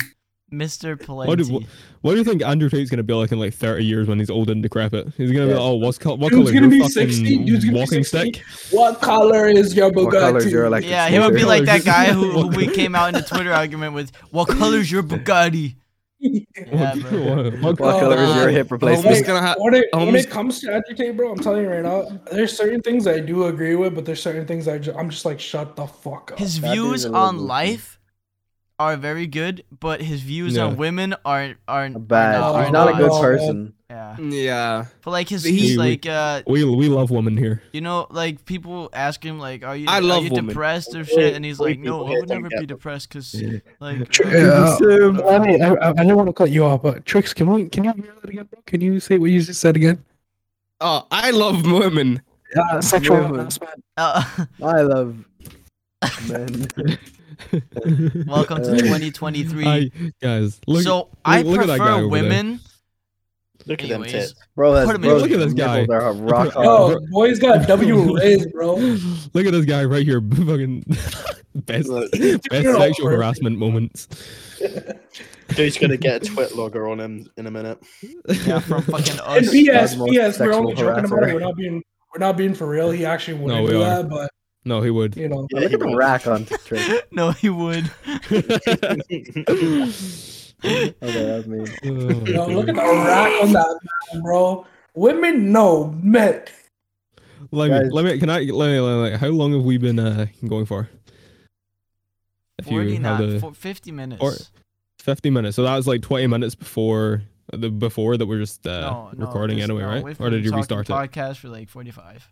Speaker 2: Mr. Plenty.
Speaker 1: What do, what, what do you think Andrew Tate's gonna be like in like 30 years when he's old and decrepit? He's gonna be
Speaker 6: Yeah.
Speaker 1: like, oh, what's col- what
Speaker 6: Dude's
Speaker 1: color
Speaker 6: gonna
Speaker 1: is
Speaker 6: be
Speaker 1: your
Speaker 6: 60,
Speaker 1: fucking
Speaker 6: dude's gonna be
Speaker 1: walking
Speaker 6: 60.
Speaker 1: stick? (laughs)
Speaker 6: What color is your Bugatti?
Speaker 3: What color is your electric
Speaker 2: yeah, he would be
Speaker 3: scooter?
Speaker 2: like
Speaker 1: Colors.
Speaker 2: that guy who,
Speaker 6: (laughs)
Speaker 2: who we came out in the Twitter argument with. What color's your Bugatti? Yeah,
Speaker 1: What,
Speaker 2: bro.
Speaker 1: what, what
Speaker 3: What
Speaker 1: color?
Speaker 3: color is
Speaker 4: Uh,
Speaker 3: your hip
Speaker 4: I'm just
Speaker 3: replacement?
Speaker 4: gonna ha-
Speaker 6: when it,
Speaker 4: I'm
Speaker 6: when
Speaker 4: just-
Speaker 6: it comes to agitate, bro, I'm telling you right now, there's certain things I do agree with, but there's certain things I ju- I'm just like, shut the fuck up.
Speaker 2: His
Speaker 3: That dude's
Speaker 2: views
Speaker 3: a little
Speaker 2: on
Speaker 3: goofy.
Speaker 2: life are very good, but his views
Speaker 1: Yeah.
Speaker 2: on women are are
Speaker 3: Bad.
Speaker 2: Are not,
Speaker 3: He's not a good
Speaker 6: Oh,
Speaker 3: person.
Speaker 2: Yeah,
Speaker 4: Yeah.
Speaker 2: but like his,
Speaker 4: He-
Speaker 2: his
Speaker 1: we-
Speaker 2: like uh,
Speaker 1: We we love women here.
Speaker 2: you know, like people ask him like, "Are you
Speaker 4: I love
Speaker 2: are you
Speaker 4: women.
Speaker 2: depressed or
Speaker 5: Wait,
Speaker 2: shit?" And he's
Speaker 5: wait,
Speaker 2: like, "No,
Speaker 5: people
Speaker 2: I
Speaker 5: here
Speaker 2: would
Speaker 5: don't
Speaker 2: never
Speaker 5: get
Speaker 2: be depressed because
Speaker 3: (laughs)
Speaker 2: like."
Speaker 6: Yeah.
Speaker 2: uh,
Speaker 6: mean, I, I, I didn't want to cut you off, but Tricks, can, we, can you hear that again, bro? Can you say what you just said again?
Speaker 4: Oh, I love women.
Speaker 6: Yeah, sexual
Speaker 3: Yeah.
Speaker 6: harassment.
Speaker 2: (laughs) uh,
Speaker 3: I love men.
Speaker 2: welcome to
Speaker 3: (laughs) Uh,
Speaker 2: 2023.
Speaker 1: I, guys, look,
Speaker 2: so I
Speaker 1: look at that guy over there.
Speaker 2: prefer women.
Speaker 5: Look at them
Speaker 2: Anyways.
Speaker 5: tits.
Speaker 3: Bro, has,
Speaker 2: Put him in-
Speaker 3: bro's
Speaker 1: Look at this guy. (laughs)
Speaker 3: nipples are rock
Speaker 1: Yo,
Speaker 3: hard.
Speaker 6: Yo, boys
Speaker 3: (laughs)
Speaker 6: got W raised, bro.
Speaker 1: look at this guy right here. (laughs) Fucking best
Speaker 5: Look.
Speaker 1: best
Speaker 6: You're all
Speaker 1: sexual
Speaker 6: perfect.
Speaker 1: harassment moments.
Speaker 5: Dude's gonna get a twit logger on him in a
Speaker 3: (laughs)
Speaker 5: minute.
Speaker 2: Yeah, from fucking
Speaker 6: And
Speaker 2: us.
Speaker 6: BS,
Speaker 3: most
Speaker 6: BS, we're only
Speaker 3: sexual
Speaker 6: joking about
Speaker 3: harasser.
Speaker 6: it. We're not being, we're not being for real. He actually wouldn't
Speaker 1: we
Speaker 6: do
Speaker 1: are.
Speaker 6: that, but
Speaker 1: (laughs) No, he (laughs) would.
Speaker 6: you know,
Speaker 5: Yeah,
Speaker 2: (laughs)
Speaker 3: Look
Speaker 5: he
Speaker 3: at the (laughs)
Speaker 5: would.
Speaker 3: rack on Trick.
Speaker 2: No, he would.
Speaker 3: okay, that's me.
Speaker 1: Uh,
Speaker 6: (laughs) Yo, look at the rack on that man, bro. Women know men.
Speaker 1: let me,
Speaker 3: Guys.
Speaker 1: let me, can I, let me, let me- how long have we been uh, going for? If you have
Speaker 2: 49,
Speaker 1: the-
Speaker 2: fo- 50 minutes.
Speaker 1: Or- 50 minutes. So that was like 20 minutes before uh, the before that we're just uh, recording
Speaker 2: this-
Speaker 1: anyway,
Speaker 2: no,
Speaker 1: right?
Speaker 2: we've
Speaker 1: Or
Speaker 2: been
Speaker 1: did you
Speaker 2: talking
Speaker 1: restart it?
Speaker 2: podcast for like 45.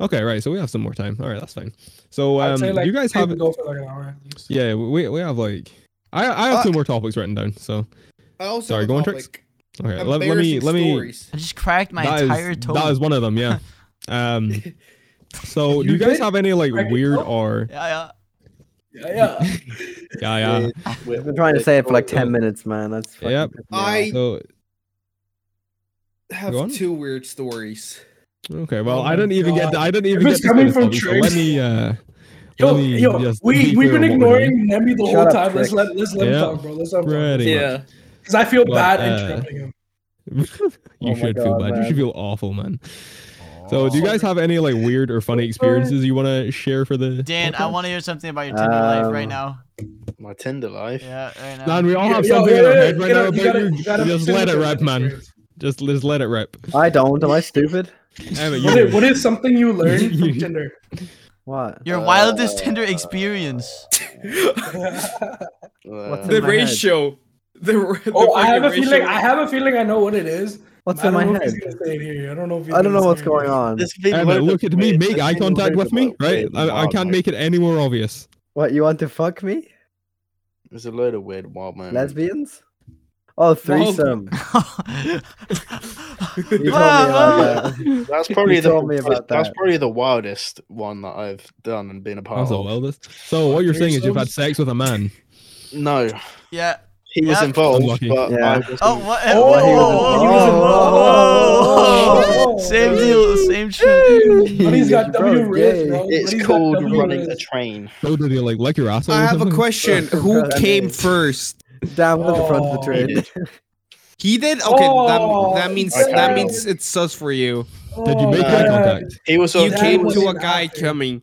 Speaker 1: Okay, right. So we have some more time. All right, that's fine. So um,
Speaker 6: I'd say like
Speaker 1: you guys
Speaker 6: we
Speaker 1: have
Speaker 6: can go for like an hour at least.
Speaker 1: yeah, we we have like I I have two more topics written down. So
Speaker 5: I also
Speaker 1: Sorry,
Speaker 5: have
Speaker 1: go
Speaker 5: a
Speaker 1: on,
Speaker 5: topic.
Speaker 1: okay, let, let me
Speaker 5: Embarrassing
Speaker 1: let me
Speaker 5: stories.
Speaker 2: I just cracked my
Speaker 1: that is-
Speaker 2: entire toe.
Speaker 1: that is one of them. Yeah. (laughs) Um.
Speaker 6: (laughs)
Speaker 1: So do
Speaker 6: You
Speaker 1: you guys
Speaker 6: did?
Speaker 1: have any like
Speaker 6: Crack your
Speaker 1: weird
Speaker 6: toe?
Speaker 1: or
Speaker 2: Yeah, yeah.
Speaker 6: Yeah, yeah.
Speaker 1: yeah yeah
Speaker 3: I've been trying to say it for like ten minutes, man. That's fucking
Speaker 1: Yep.
Speaker 3: pissing me off.
Speaker 5: I
Speaker 1: so Go on.
Speaker 5: have two weird stories.
Speaker 1: okay well
Speaker 6: Oh
Speaker 1: I
Speaker 6: my
Speaker 1: didn't even get
Speaker 6: God.
Speaker 1: to, I didn't even get
Speaker 6: If it's
Speaker 1: to say
Speaker 6: coming
Speaker 1: this
Speaker 6: from
Speaker 1: topic, so
Speaker 6: Trish-
Speaker 1: let me uh
Speaker 6: Yo,
Speaker 1: let me
Speaker 6: yo,
Speaker 1: just
Speaker 6: we
Speaker 1: be
Speaker 6: we've
Speaker 1: clear
Speaker 6: been
Speaker 1: on what we're doing.
Speaker 6: ignoring Nemi the
Speaker 3: Shut
Speaker 6: whole
Speaker 3: up,
Speaker 6: time. Let's
Speaker 3: Trish.
Speaker 6: let let's let him
Speaker 1: Yeah.
Speaker 6: talk, bro. Let's let him talk.
Speaker 1: Pretty much. (laughs)
Speaker 4: Yeah.
Speaker 6: Because I feel
Speaker 1: But,
Speaker 6: bad
Speaker 1: uh,
Speaker 6: interrupting him.
Speaker 1: you
Speaker 6: Oh
Speaker 3: my
Speaker 1: should feel
Speaker 3: God,
Speaker 1: bad. You should
Speaker 3: man.
Speaker 1: feel awful, man. So, do you guys have any like weird or funny experiences you want to share for the
Speaker 2: Dan, I
Speaker 1: podcast?
Speaker 2: want to hear something about your Tinder life right
Speaker 3: Um,
Speaker 2: now.
Speaker 5: My Tinder life.
Speaker 2: Yeah, right now.
Speaker 1: Man, Um, we all
Speaker 6: Yo,
Speaker 1: have
Speaker 6: yo,
Speaker 1: something in
Speaker 6: yo,
Speaker 1: our
Speaker 6: yo,
Speaker 1: head right
Speaker 6: get
Speaker 1: now
Speaker 6: up, you
Speaker 1: about
Speaker 6: gotta-
Speaker 1: you.
Speaker 6: you gotta
Speaker 1: Just
Speaker 6: finish
Speaker 1: let it
Speaker 6: your
Speaker 1: rip, man.
Speaker 6: experience.
Speaker 1: Just just let it
Speaker 5: (laughs)
Speaker 1: rip.
Speaker 3: I don't. Am I stupid?
Speaker 1: Emma,
Speaker 6: What
Speaker 1: you
Speaker 6: is, what is something
Speaker 1: (laughs)
Speaker 6: you learned from Tinder?
Speaker 3: What?
Speaker 2: your
Speaker 3: Uh,
Speaker 2: wildest Tinder experience. (laughs)
Speaker 3: What's
Speaker 5: Uh,
Speaker 3: in
Speaker 4: the
Speaker 3: my
Speaker 4: ratio. The, ra- the
Speaker 6: Oh, I have a
Speaker 4: fucking
Speaker 6: feeling.
Speaker 4: ratio.
Speaker 6: I have a feeling I know what it is.
Speaker 3: What's
Speaker 6: I
Speaker 3: in
Speaker 6: don't
Speaker 3: my
Speaker 6: know if
Speaker 3: head?
Speaker 6: he's gonna say it here. I don't know. If he's
Speaker 3: I don't
Speaker 6: gonna
Speaker 3: know what's
Speaker 6: say it here.
Speaker 3: going on.
Speaker 5: this video
Speaker 1: Emma,
Speaker 5: looked
Speaker 1: look at me.
Speaker 5: weird.
Speaker 1: Make
Speaker 5: This
Speaker 1: eye
Speaker 5: video
Speaker 1: contact with
Speaker 5: looked
Speaker 1: me,
Speaker 5: weird.
Speaker 1: right? I, I can't make it any more obvious.
Speaker 3: What you want to fuck me?
Speaker 5: There's a load of weird wild
Speaker 6: Mm.
Speaker 5: moments.
Speaker 3: Lesbians?
Speaker 6: (laughs)
Speaker 3: Oh, threesome. You told me
Speaker 2: Wow.
Speaker 6: Ah!
Speaker 3: about that.
Speaker 5: That's probably
Speaker 3: (laughs) You
Speaker 5: the
Speaker 3: told me about
Speaker 5: that's
Speaker 3: that.
Speaker 5: probably the wildest one that I've done and been a part
Speaker 1: That's the
Speaker 5: of.
Speaker 1: wildest. So, what you're saying is you've had sex with a man.
Speaker 5: No,
Speaker 2: yeah.
Speaker 5: he was
Speaker 2: Yeah.
Speaker 5: involved,
Speaker 1: Unlucky.
Speaker 5: but
Speaker 3: Yeah.
Speaker 5: I was
Speaker 2: Oh, what?
Speaker 6: Oh,
Speaker 2: whoa,
Speaker 6: he was
Speaker 2: whoa,
Speaker 6: involved.
Speaker 2: whoa, whoa, whoa, whoa, whoa.
Speaker 1: Oh,
Speaker 2: Same deal, same shit.
Speaker 6: (laughs) Buddy's got
Speaker 3: (laughs) Bro,
Speaker 6: W wrist,
Speaker 3: gay.
Speaker 6: bro.
Speaker 5: It's
Speaker 6: Buddy's got
Speaker 5: called
Speaker 6: W
Speaker 5: running a
Speaker 6: wrist.
Speaker 5: train.
Speaker 1: So, did he like lick your asshole?
Speaker 4: I
Speaker 1: or
Speaker 4: have a
Speaker 1: something?
Speaker 3: (laughs)
Speaker 4: question. Who
Speaker 3: Okay.
Speaker 4: came first?
Speaker 3: Down with the front of the
Speaker 6: Oh. (laughs)
Speaker 3: train.
Speaker 4: He did. Okay,
Speaker 6: Oh,
Speaker 4: that, that means
Speaker 5: okay.
Speaker 4: that means it's sus for you.
Speaker 1: Did you
Speaker 6: Oh,
Speaker 1: make eye
Speaker 6: man.
Speaker 1: contact?
Speaker 5: He was
Speaker 6: So
Speaker 4: you
Speaker 6: that
Speaker 4: came
Speaker 6: was
Speaker 4: to a
Speaker 6: in
Speaker 4: guy
Speaker 6: after.
Speaker 4: (laughs) coming.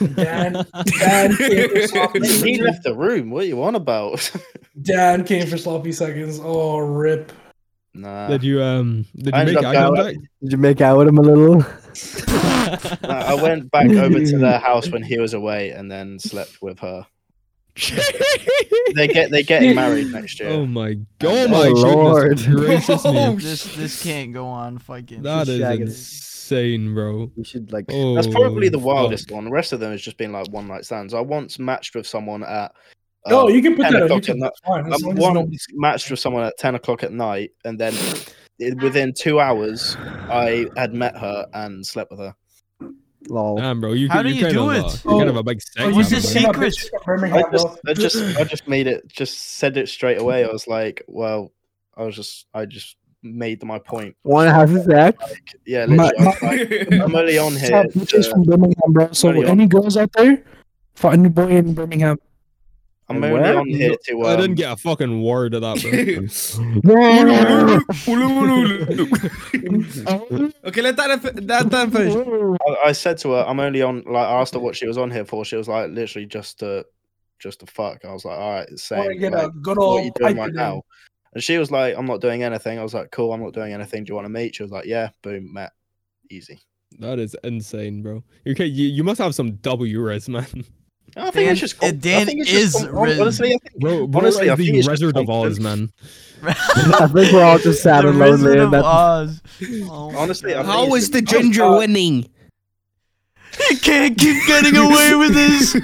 Speaker 6: Oh, Dan,
Speaker 3: (laughs)
Speaker 6: Dan came for sloppy.
Speaker 5: He
Speaker 6: seconds.
Speaker 5: left the room. What are you on about? (laughs)
Speaker 6: Dan came for sloppy seconds. Oh, rip.
Speaker 5: nah,
Speaker 1: Did you um? Did you
Speaker 5: I
Speaker 1: make
Speaker 5: ended
Speaker 1: eye
Speaker 5: up going-
Speaker 1: contact?
Speaker 3: Did you make out with him a little?
Speaker 5: Nah, I went back over to their house when he was away and then slept with her. (laughs) They get they getting married next year.
Speaker 1: Oh my
Speaker 5: Oh
Speaker 1: god! Oh my
Speaker 3: Lord.
Speaker 1: goodness gracious
Speaker 5: (laughs)
Speaker 1: me!
Speaker 2: This this can't go on fucking.
Speaker 1: Oh, That is
Speaker 3: Shaggy.
Speaker 1: insane, bro.
Speaker 3: You should like.
Speaker 1: Oh,
Speaker 5: That's probably the
Speaker 1: fuck.
Speaker 5: wildest one. The rest of them has just been like one night stands. I once matched with someone at. uh,
Speaker 3: Oh,
Speaker 6: No, you can put
Speaker 5: 10
Speaker 6: that on
Speaker 5: o'clock at
Speaker 6: YouTube.
Speaker 5: night.
Speaker 6: It's fine.
Speaker 5: I
Speaker 6: As long as no-
Speaker 5: once matched with someone at ten o'clock at night, and then i- within two hours, I had met her and slept with her.
Speaker 3: Lol.
Speaker 1: Damn, bro, you
Speaker 2: How
Speaker 1: can,
Speaker 2: do
Speaker 1: you
Speaker 2: you
Speaker 1: kind
Speaker 2: do
Speaker 1: of,
Speaker 2: it?
Speaker 1: Uh, you kind of a big sex.
Speaker 6: Oh,
Speaker 2: What's
Speaker 1: addict,
Speaker 2: the
Speaker 1: man.
Speaker 6: my
Speaker 2: secret?
Speaker 6: bitch from Birmingham,
Speaker 5: I
Speaker 6: bro.
Speaker 5: just, I just, I just made it. Just said it straight away. I was like, well, I was just, I just made my point.
Speaker 3: Want to have sex? (laughs)
Speaker 5: Yeah,
Speaker 7: My-
Speaker 5: literally, I was like, I'm only
Speaker 6: (laughs)
Speaker 5: on
Speaker 7: What's up?
Speaker 5: here.
Speaker 7: This is
Speaker 5: to-
Speaker 7: from Birmingham, bro. So
Speaker 5: Bloody
Speaker 7: any girls out there? For any boy in Birmingham.
Speaker 5: I'm only
Speaker 3: Where?
Speaker 5: on here to.
Speaker 1: I didn't
Speaker 5: Um,
Speaker 1: get a fucking word of that, (laughs) bro.
Speaker 4: okay, let that that time finish.
Speaker 5: I, I said to her, I'm only on. Like, I asked her what she was on here for. She was like, literally just to, just to fuck. I was like, all right, it's
Speaker 6: I wanna
Speaker 5: same.
Speaker 6: get
Speaker 5: like,
Speaker 6: a good
Speaker 5: what are you
Speaker 6: old
Speaker 5: doing
Speaker 6: pipe
Speaker 5: right
Speaker 6: in
Speaker 5: now? And she was like, I'm not doing anything. I was like, cool, I'm not doing anything. Do you want to meet? She was like, yeah, boom, met. Easy.
Speaker 1: that is insane, bro. Okay, you, you must have some W res, man.
Speaker 5: I think
Speaker 2: Dan-
Speaker 5: it's just. com-
Speaker 2: uh, Dan
Speaker 5: I think it's just
Speaker 2: is
Speaker 5: com- honestly, I
Speaker 1: (laughs)
Speaker 5: think,
Speaker 1: Bro, bro
Speaker 5: Honestly, I
Speaker 1: is
Speaker 5: think
Speaker 1: the
Speaker 5: it's just
Speaker 1: Wizard of Oz, man.
Speaker 5: confidence.
Speaker 3: (laughs) I think we're all just
Speaker 2: (laughs)
Speaker 3: sad
Speaker 2: The
Speaker 3: and
Speaker 2: Wizard
Speaker 3: lonely.
Speaker 2: of
Speaker 3: And
Speaker 1: (laughs)
Speaker 3: that's
Speaker 2: Oz. Oh my
Speaker 5: Honestly, I
Speaker 2: God.
Speaker 5: think-
Speaker 4: How is the ginger
Speaker 6: Oh, God.
Speaker 4: winning?
Speaker 2: (laughs) You can't keep getting away with this.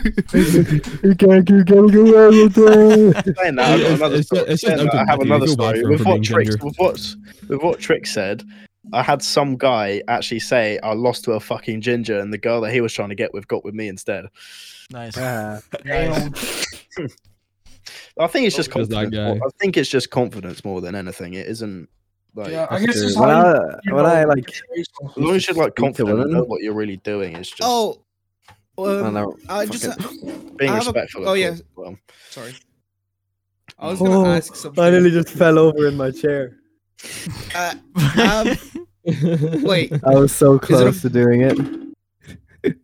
Speaker 3: you can't keep getting away
Speaker 6: (laughs)
Speaker 3: with it.
Speaker 5: saying that, I've
Speaker 1: It's-
Speaker 5: got another
Speaker 1: it's
Speaker 5: story.
Speaker 1: just- it's just
Speaker 5: Saying that, I
Speaker 1: out of
Speaker 5: have
Speaker 1: pity.
Speaker 5: another
Speaker 1: I feel bad
Speaker 5: story.
Speaker 1: for-
Speaker 5: With
Speaker 1: for being
Speaker 5: what, Trix,
Speaker 1: ginger.
Speaker 5: with, what, with what Trick said, I had some guy actually say, I lost to a fucking ginger, and the girl that he was trying to get with got with me instead.
Speaker 2: (laughs) Nice.
Speaker 3: Ah,
Speaker 5: I think it's just
Speaker 1: Just that
Speaker 5: confidence. more- I think it's just confidence more than anything. It isn't like.
Speaker 6: Yeah, I
Speaker 1: that's
Speaker 6: guess
Speaker 1: true.
Speaker 6: just
Speaker 3: when
Speaker 6: how
Speaker 3: I,
Speaker 6: you, you
Speaker 3: when
Speaker 6: know,
Speaker 3: I like.
Speaker 5: As long as you're like
Speaker 3: Speak to
Speaker 5: confident and
Speaker 3: women.
Speaker 5: know what you're really doing, it's just
Speaker 4: Oh,
Speaker 3: I don't
Speaker 4: um,
Speaker 3: know.
Speaker 4: I just
Speaker 5: being
Speaker 4: I have a-
Speaker 5: respectful. of
Speaker 4: oh,
Speaker 5: people
Speaker 4: yeah.
Speaker 5: as well.
Speaker 4: sorry. I was gonna
Speaker 3: Oh,
Speaker 4: ask
Speaker 3: I
Speaker 4: something.
Speaker 3: nearly just fell over in my chair.
Speaker 4: Uh, um,
Speaker 1: (laughs)
Speaker 6: (laughs)
Speaker 4: wait,
Speaker 3: I was so
Speaker 4: it a-
Speaker 3: close to doing it.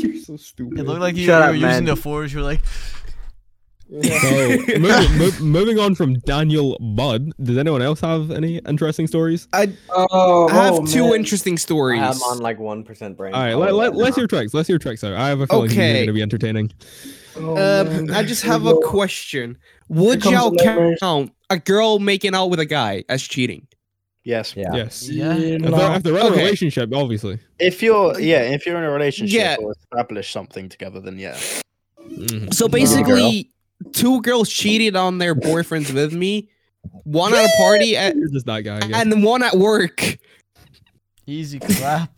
Speaker 4: you're so stupid.
Speaker 2: It looked like you, you
Speaker 1: (laughs)
Speaker 3: Shut
Speaker 2: were
Speaker 3: up,
Speaker 2: using
Speaker 3: man.
Speaker 2: the forge. You were like,
Speaker 1: So moving, mov- moving on from Daniel Budd, does anyone else have any interesting stories?
Speaker 6: Oh,
Speaker 4: I have
Speaker 6: oh,
Speaker 4: two
Speaker 6: man.
Speaker 4: interesting stories.
Speaker 3: I'm on like one percent brain.
Speaker 1: All right, let, let, let's hear tracks. Let's hear tracks out. I have a feeling these are
Speaker 4: Okay.
Speaker 1: going to be entertaining.
Speaker 6: Oh,
Speaker 4: Um,
Speaker 6: man.
Speaker 4: I just
Speaker 6: Here
Speaker 4: have
Speaker 6: we
Speaker 4: a
Speaker 6: go.
Speaker 4: question. Would
Speaker 6: comes
Speaker 4: y'all
Speaker 6: the nightmares.
Speaker 4: count a girl making out with a guy as cheating?
Speaker 5: Yes.
Speaker 3: Yeah.
Speaker 1: Yes.
Speaker 2: Yeah.
Speaker 6: You
Speaker 1: If
Speaker 6: know,
Speaker 1: they're, if they're in a
Speaker 4: Okay.
Speaker 1: relationship, obviously.
Speaker 5: If you're yeah, if you're in a relationship
Speaker 4: Yeah.
Speaker 5: or establish something together, then yeah.
Speaker 1: Mhm.
Speaker 4: So basically, two girls cheated on their boyfriends with me. One at a party at,
Speaker 1: You're just that guy. I guess.
Speaker 4: Eh, and one at work. (laughs)
Speaker 2: Easy clap.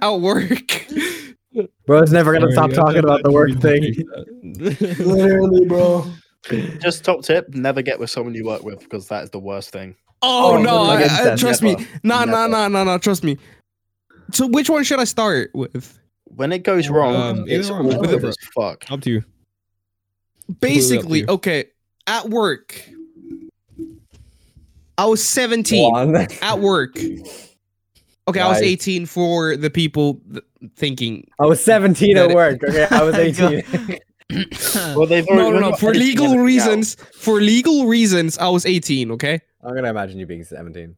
Speaker 4: at work. (laughs)
Speaker 8: Bro's never gonna
Speaker 1: Sorry,
Speaker 8: stop
Speaker 1: I-
Speaker 8: talking
Speaker 1: I-
Speaker 8: about the
Speaker 1: I
Speaker 8: work
Speaker 1: didn't
Speaker 8: thing.
Speaker 1: (laughs) take
Speaker 4: (laughs)
Speaker 1: that.
Speaker 6: Literally, bro.
Speaker 5: Just top tip: never get with someone you work with because that is the worst thing.
Speaker 4: Oh,
Speaker 6: Oh,
Speaker 4: no!
Speaker 6: no,
Speaker 4: I,
Speaker 5: against
Speaker 4: I,
Speaker 5: that,
Speaker 4: trust
Speaker 5: never,
Speaker 4: me. No, no,
Speaker 5: never.
Speaker 4: no, no, no. Trust me. So which one should I start with?
Speaker 5: When it goes wrong,
Speaker 1: Um,
Speaker 5: it's
Speaker 1: either one,
Speaker 5: awkward
Speaker 1: either
Speaker 5: as fuck.
Speaker 1: Up to you.
Speaker 4: Basically,
Speaker 1: you.
Speaker 4: okay. At work, I was seventeen. at work. Okay, I was
Speaker 3: Nice.
Speaker 4: 18 for the people th- thinking.
Speaker 8: I was 17
Speaker 4: Got
Speaker 8: at
Speaker 4: it.
Speaker 8: work. Okay, I
Speaker 2: (laughs)
Speaker 8: was
Speaker 2: Go.
Speaker 8: 18.
Speaker 2: uh,
Speaker 5: Well, they've
Speaker 4: No,
Speaker 5: already-
Speaker 4: no, no.
Speaker 5: they've
Speaker 4: For
Speaker 5: already
Speaker 4: legal
Speaker 5: together, yeah.
Speaker 4: reasons, for legal reasons, I was 18. Okay,
Speaker 8: I'm gonna imagine you being 17.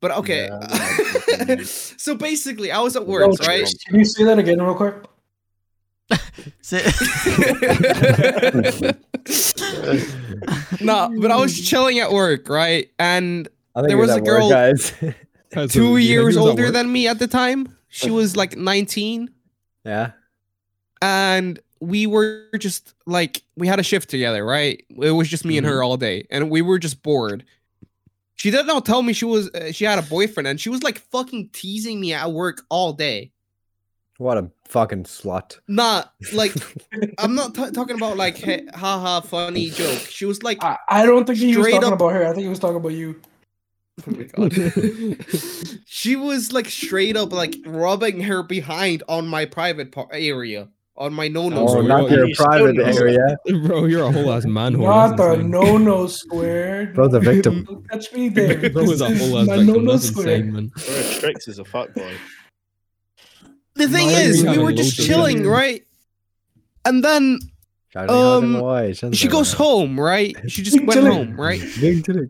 Speaker 4: but okay.
Speaker 5: Yeah,
Speaker 4: (laughs)
Speaker 5: I don't know.
Speaker 4: so basically, I was at
Speaker 6: Oh,
Speaker 4: work, right? (laughs)
Speaker 6: Can you say that again, real quick?
Speaker 2: (laughs) Say- (laughs)
Speaker 4: no, but I was chilling at work, right? And
Speaker 8: I think
Speaker 4: There
Speaker 8: it
Speaker 4: was
Speaker 8: at
Speaker 4: a
Speaker 8: work,
Speaker 4: girl-
Speaker 8: guys. (laughs)
Speaker 1: Has the- you
Speaker 4: two
Speaker 1: think
Speaker 4: years
Speaker 1: he was at
Speaker 4: older
Speaker 1: work? (laughs)
Speaker 4: than me at the time. She was like 19,
Speaker 8: yeah.
Speaker 4: and we were just like we had a shift together, right? It was just me and her all day, and we were just bored. She did not tell me she was uh, she had a boyfriend, and she was like fucking teasing me at work all day.
Speaker 8: What a fucking slut.
Speaker 4: Not (laughs) like I'm not t- talking about like he- haha funny joke. She was like,
Speaker 6: I, I don't think he was
Speaker 4: Straight
Speaker 6: talking
Speaker 4: up-
Speaker 6: about her. I think he was talking about you.
Speaker 4: Oh my god. (laughs) she was like straight up like rubbing her behind on my private par- area, on my no no.
Speaker 1: Oh,
Speaker 8: Oh,
Speaker 1: sorry,
Speaker 8: not
Speaker 1: what-
Speaker 8: your
Speaker 5: you still
Speaker 8: private
Speaker 1: (laughs)
Speaker 5: know.
Speaker 8: area.
Speaker 1: Bro, you're a whole ass man. whore,
Speaker 6: Not
Speaker 1: that's
Speaker 6: the
Speaker 1: insane. (laughs)
Speaker 6: no no square.
Speaker 8: Bro's a victim.
Speaker 6: Don't touch me there.
Speaker 1: Bro is a
Speaker 6: This
Speaker 1: whole ass
Speaker 6: my
Speaker 1: victim.
Speaker 6: no-no
Speaker 1: That's insane, man.
Speaker 5: Bro, Strix is a fuckboy.
Speaker 4: The thing
Speaker 6: Why are
Speaker 4: is,
Speaker 6: we
Speaker 4: we
Speaker 6: having
Speaker 4: were
Speaker 1: loads
Speaker 4: just
Speaker 1: of
Speaker 4: chilling,
Speaker 6: them?
Speaker 4: right? And then
Speaker 8: Shouting out
Speaker 4: Um,
Speaker 8: in Hawaii,
Speaker 4: she
Speaker 8: Shanzai.
Speaker 4: goes home, right? She just
Speaker 6: Big
Speaker 4: went
Speaker 6: chilling.
Speaker 4: home, right?
Speaker 8: (laughs) Big titty.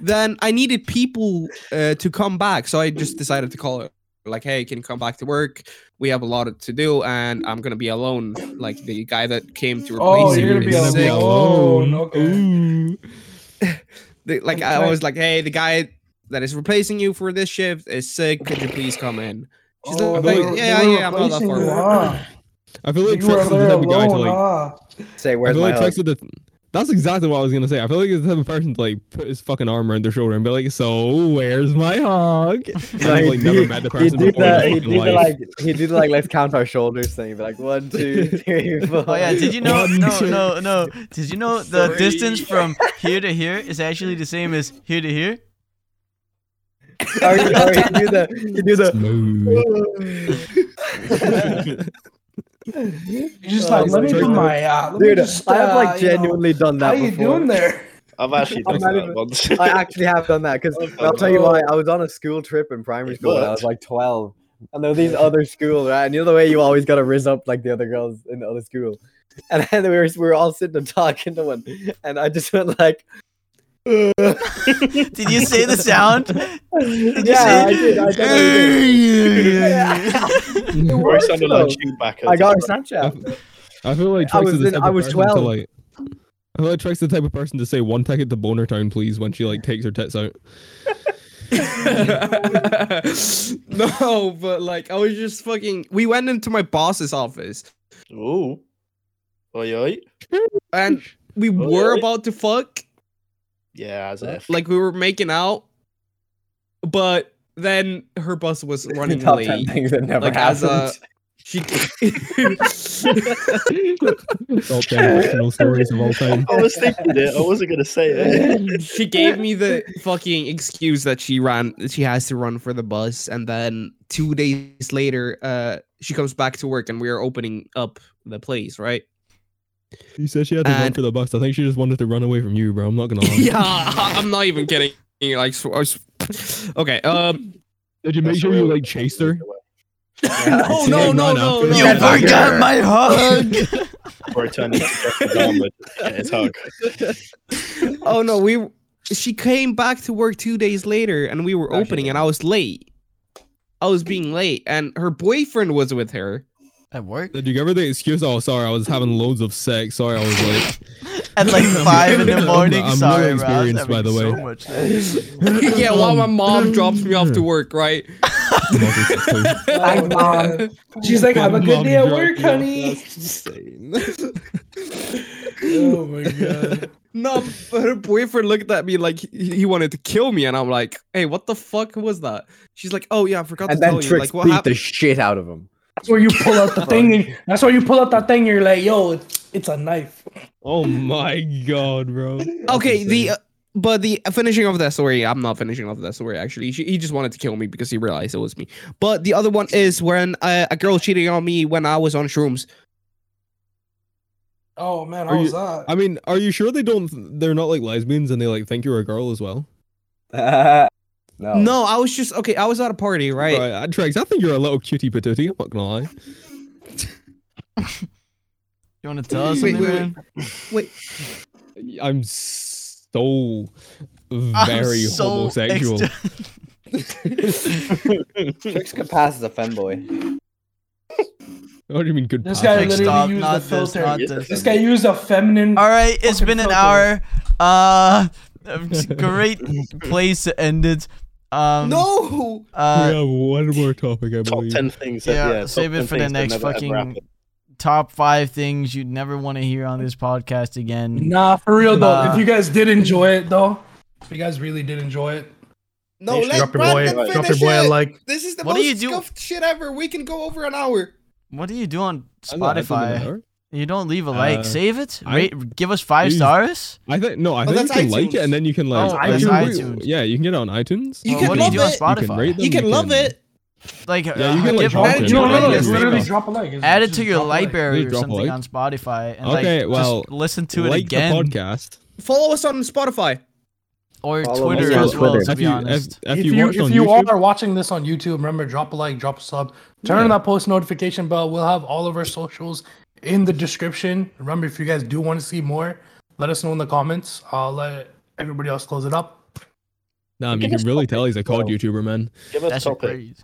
Speaker 4: Then I needed people uh, to come back, so I just decided to call her. Like, hey, can you come back to work? We have a lot to do, and I'm gonna be alone. Like the guy that came to replace
Speaker 6: Oh,
Speaker 4: me
Speaker 6: you're gonna
Speaker 4: is
Speaker 6: be
Speaker 1: You're
Speaker 4: sick.
Speaker 6: alone. Okay.
Speaker 1: Ooh.
Speaker 4: The- like
Speaker 6: I'm
Speaker 4: I
Speaker 6: trying-
Speaker 4: was like, hey, the guy that is replacing you for this shift is sick. Could you please come in? She's
Speaker 6: Oh,
Speaker 4: like,
Speaker 6: they
Speaker 4: "Wait,
Speaker 6: were-
Speaker 4: yeah,
Speaker 6: they were
Speaker 4: yeah, I'm not that
Speaker 6: replacing
Speaker 4: far. away."
Speaker 6: you,
Speaker 4: (laughs)
Speaker 6: huh?
Speaker 1: I feel like
Speaker 6: You were
Speaker 1: Trex is the
Speaker 6: there
Speaker 1: type of guy to
Speaker 6: alone, ah.
Speaker 1: like
Speaker 6: huh?
Speaker 8: Say,
Speaker 1: I
Speaker 8: where's
Speaker 1: feel
Speaker 8: my
Speaker 1: like
Speaker 8: hug? (laughs)
Speaker 1: Trex with the. That's exactly what I was gonna say. I feel like it's the type of person to like put his fucking arm around their shoulder and be like, "So where's my hug?" And I've like
Speaker 8: He'd
Speaker 1: never
Speaker 8: do-
Speaker 1: met the
Speaker 8: He'd
Speaker 1: person
Speaker 8: do the,
Speaker 1: before. in their
Speaker 8: he'd do
Speaker 1: fucking
Speaker 8: the,
Speaker 1: life.
Speaker 8: like, he'd do the, like, let's count our shoulders thing. Be like, one,
Speaker 1: (laughs)
Speaker 8: two, three, four.
Speaker 2: oh yeah, did you know?
Speaker 1: One,
Speaker 2: No,
Speaker 1: two,
Speaker 2: no, no. Did you know the distance from here to here is actually the same as here to here?
Speaker 8: Or, he- or he'd do the, he'd do the, (laughs)
Speaker 1: Smooth.
Speaker 6: You just
Speaker 8: Oh,
Speaker 6: like
Speaker 8: he's
Speaker 6: let
Speaker 8: like,
Speaker 6: me do
Speaker 8: "Dude,
Speaker 6: my
Speaker 5: (laughs)
Speaker 6: uh, let me
Speaker 8: dude,
Speaker 6: just,
Speaker 8: I have,
Speaker 6: uh,
Speaker 8: like,
Speaker 6: you know,
Speaker 8: genuinely done
Speaker 6: How
Speaker 8: that
Speaker 6: you
Speaker 8: before.
Speaker 1: (laughs)
Speaker 6: doing there?
Speaker 5: I've actually done
Speaker 8: I'm not
Speaker 5: that
Speaker 8: even-
Speaker 5: once. (laughs)
Speaker 8: I actually have done that because I'll tell you why. I was on a school trip in primary
Speaker 5: It
Speaker 8: school when I
Speaker 5: worked.
Speaker 8: was like 12. And there were these other schools, right? And you know the way you always got to rizz up like the other girls in the other school. And then we were, we were all sitting and talking to one. And I just went
Speaker 5: (laughs)
Speaker 8: like,
Speaker 2: Did you say the sound? you
Speaker 8: yeah, I
Speaker 2: say-
Speaker 8: did. I, did,
Speaker 5: (laughs)
Speaker 8: I,
Speaker 5: Bro,
Speaker 8: did.
Speaker 5: sounded
Speaker 8: It worked,
Speaker 5: like Chewbacca.
Speaker 8: though. I got a
Speaker 1: I,
Speaker 8: Snapchat.
Speaker 1: I feel like Trex
Speaker 8: I
Speaker 1: is
Speaker 8: was
Speaker 1: the
Speaker 8: in-
Speaker 1: type
Speaker 8: I
Speaker 1: of
Speaker 8: was
Speaker 1: person
Speaker 8: 12.
Speaker 1: to like. I feel like Trex is the type of person to say one ticket to Boner Town, please, when she like takes her
Speaker 8: (laughs)
Speaker 1: tits out.
Speaker 4: (laughs) no, but like I was just fucking. We went into my boss's office
Speaker 5: Ooh. Oi, oi.
Speaker 4: and we
Speaker 5: Oh,
Speaker 4: were
Speaker 5: yeah.
Speaker 4: about to fuck,
Speaker 5: Yeah, as if.
Speaker 4: like we were making out, but then her bus was running
Speaker 8: Top 10
Speaker 4: late.
Speaker 8: things that never
Speaker 4: Like as a
Speaker 8: happened.
Speaker 4: (laughs) she.
Speaker 1: Top ten fictional stories of all time.
Speaker 5: I was thinking it. I wasn't gonna say
Speaker 4: (laughs)
Speaker 5: it.
Speaker 4: she gave me the fucking excuse that she ran she has to run for the bus and then two days later uh she comes back to work and we are opening up the place right
Speaker 1: You said she had to run
Speaker 4: And-
Speaker 1: for the bus. I think she just wanted to run away from you, bro. I'm not gonna lie.
Speaker 4: (laughs) yeah i'm not even kidding like sw- I s- okay um
Speaker 1: Did you make sure you like chased her?
Speaker 4: (laughs) no no no no no
Speaker 1: You
Speaker 2: You
Speaker 1: Yeah,
Speaker 4: no,
Speaker 1: forgot
Speaker 2: forgot my hug.
Speaker 5: before I turned into
Speaker 8: (laughs)
Speaker 5: Jeffrey Dahmer to get his hug.
Speaker 4: oh no, we. She came back to work two days later, and we were
Speaker 5: No, she
Speaker 4: opening, and I was late. I was being late, and her boyfriend was with her.
Speaker 2: At work?
Speaker 1: Did you give her the excuse? Oh, sorry, I was having loads of sex. Sorry, I was late. (laughs)
Speaker 2: At like five in the
Speaker 1: I'm-
Speaker 2: morning.
Speaker 1: I'm not
Speaker 2: Sorry, bro. I was
Speaker 1: experienced, by the
Speaker 2: having
Speaker 1: way.
Speaker 2: So much sex.
Speaker 4: (laughs) yeah, while my mom drops me off to work, right? (laughs)
Speaker 1: Multi-sexual.
Speaker 6: Like, mom. She's like, have a good day at
Speaker 1: Mom
Speaker 6: work,
Speaker 1: dropped you off.
Speaker 6: honey. (laughs)
Speaker 1: (laughs)
Speaker 6: Oh my god.
Speaker 4: No, but her boyfriend looked at me like he, he wanted to kill me, and I'm like, "Hey, what the fuck was that?" She's like, "Oh yeah, I forgot
Speaker 8: And
Speaker 4: to
Speaker 8: then
Speaker 4: tell you."
Speaker 8: Trix
Speaker 4: Like, what
Speaker 8: beat
Speaker 4: happened?
Speaker 8: the shit out of him.
Speaker 6: That's where you pull out the thing. And, that's where you pull out that thing. You're like, yo, it's, it's a knife.
Speaker 1: oh my god, bro.
Speaker 4: okay, the
Speaker 1: insane.
Speaker 4: uh, but the finishing of that story, I'm not finishing off that story actually. She, he just wanted to kill me because he realized it was me. But the other one is when uh, a girl cheated on me when I was on shrooms.
Speaker 6: Oh man,
Speaker 1: Are
Speaker 6: how was
Speaker 1: you-
Speaker 6: that?
Speaker 1: I mean, are you sure they don't? They're not like lesbians, and they like think you're a girl as well.
Speaker 8: no.
Speaker 3: Oh.
Speaker 4: No, I was just okay. I was at a party, right?
Speaker 1: Right, uh, Trex, I think you're a little cutie patootie. I'm not gonna lie.
Speaker 2: You want to tell us
Speaker 4: Wait,
Speaker 2: something,
Speaker 4: wait, wait.
Speaker 2: man?
Speaker 1: I'm so
Speaker 2: (laughs) I'm
Speaker 1: very
Speaker 2: so
Speaker 1: homosexual. (laughs)
Speaker 2: extra-
Speaker 8: Trix could pass as a femboy.
Speaker 1: What do you mean good?
Speaker 6: This
Speaker 1: pass?
Speaker 6: guy
Speaker 2: Like,
Speaker 6: literally
Speaker 2: stop,
Speaker 6: used
Speaker 2: not
Speaker 6: the
Speaker 2: this,
Speaker 6: filter.
Speaker 2: not
Speaker 5: Yes.
Speaker 2: this.
Speaker 6: This guy used a feminine.
Speaker 2: All right, it's
Speaker 6: Fucking
Speaker 2: been an
Speaker 6: filter.
Speaker 2: hour. Uh, it's
Speaker 1: (laughs)
Speaker 2: a great place to end it. Um,
Speaker 4: No,
Speaker 1: we
Speaker 2: Uh,
Speaker 1: have one more topic, I
Speaker 5: Top
Speaker 1: believe.
Speaker 5: ten things. That,
Speaker 2: Yeah,
Speaker 5: yeah,
Speaker 2: save it
Speaker 5: top 10
Speaker 2: for the
Speaker 5: things that
Speaker 2: next
Speaker 5: never, ever
Speaker 2: fucking-
Speaker 5: happened.
Speaker 2: top five things you'd never want to hear on this podcast again.
Speaker 6: Nah, for real though.
Speaker 2: Nah.
Speaker 6: if you guys did enjoy it though, if you guys really did enjoy it,
Speaker 4: no,
Speaker 5: Make sure
Speaker 4: Oh, let
Speaker 5: drop your
Speaker 4: Brandon
Speaker 6: uh,
Speaker 5: boy-
Speaker 4: finish it.
Speaker 6: like.
Speaker 4: This is the
Speaker 2: What do
Speaker 4: most
Speaker 2: you do-
Speaker 4: scuffed shit ever. We can go over an hour.
Speaker 2: What do you do on
Speaker 1: I don't know, I don't
Speaker 2: Spotify?
Speaker 1: know.
Speaker 2: You don't leave a like.
Speaker 1: Uh,
Speaker 2: Save it.
Speaker 1: I-
Speaker 2: Rate. Give us five
Speaker 1: Jeez.
Speaker 2: stars.
Speaker 1: I think no, I think you
Speaker 4: that's
Speaker 1: can like it
Speaker 4: iTunes.
Speaker 1: and then you can like.
Speaker 2: Oh,
Speaker 1: I
Speaker 6: that's
Speaker 1: mean, we-
Speaker 2: iTunes.
Speaker 1: Yeah, you can get it on iTunes.
Speaker 4: You
Speaker 2: Well,
Speaker 4: can
Speaker 2: what
Speaker 4: love
Speaker 2: do you do on
Speaker 4: it.
Speaker 1: You can
Speaker 2: Spotify?
Speaker 1: rate them,
Speaker 4: You can love it.
Speaker 2: Like,
Speaker 1: Yeah, you can,
Speaker 2: uh,
Speaker 1: like,
Speaker 2: give-
Speaker 1: drop
Speaker 2: add,
Speaker 1: it.
Speaker 2: it to
Speaker 6: No,
Speaker 2: your
Speaker 6: no, no,
Speaker 2: playlist.
Speaker 6: it's literally
Speaker 1: Yeah.
Speaker 6: drop a like. It's
Speaker 2: Add it
Speaker 6: just
Speaker 2: to your
Speaker 6: drop a like.
Speaker 2: library
Speaker 1: Just
Speaker 2: or
Speaker 1: drop a
Speaker 2: something
Speaker 1: like.
Speaker 2: on Spotify, and
Speaker 1: Okay,
Speaker 2: like
Speaker 1: well,
Speaker 2: just listen to it
Speaker 1: like
Speaker 2: again
Speaker 1: the podcast.
Speaker 4: Follow us on Spotify.
Speaker 2: or
Speaker 8: Follow us on
Speaker 2: Twitter as well.
Speaker 8: Twitter.
Speaker 2: To
Speaker 1: if
Speaker 2: be
Speaker 1: you,
Speaker 2: honest.
Speaker 1: If, if
Speaker 6: if
Speaker 1: you,
Speaker 6: you,
Speaker 1: watch
Speaker 6: if
Speaker 1: on
Speaker 6: you all
Speaker 1: YouTube,
Speaker 6: are watching this on YouTube, remember drop a like, drop a sub, turn on that post notification bell. We'll have all of our socials in the description. Remember, if you guys do want to see more, let us know in the comments. I'll let everybody else close it up.
Speaker 1: damn, you
Speaker 5: Give
Speaker 1: can
Speaker 5: us
Speaker 1: really
Speaker 5: topics
Speaker 1: tell he's a COD
Speaker 5: well.
Speaker 1: YouTuber, man.
Speaker 5: Give us
Speaker 2: That's a
Speaker 5: topic.
Speaker 2: crazy.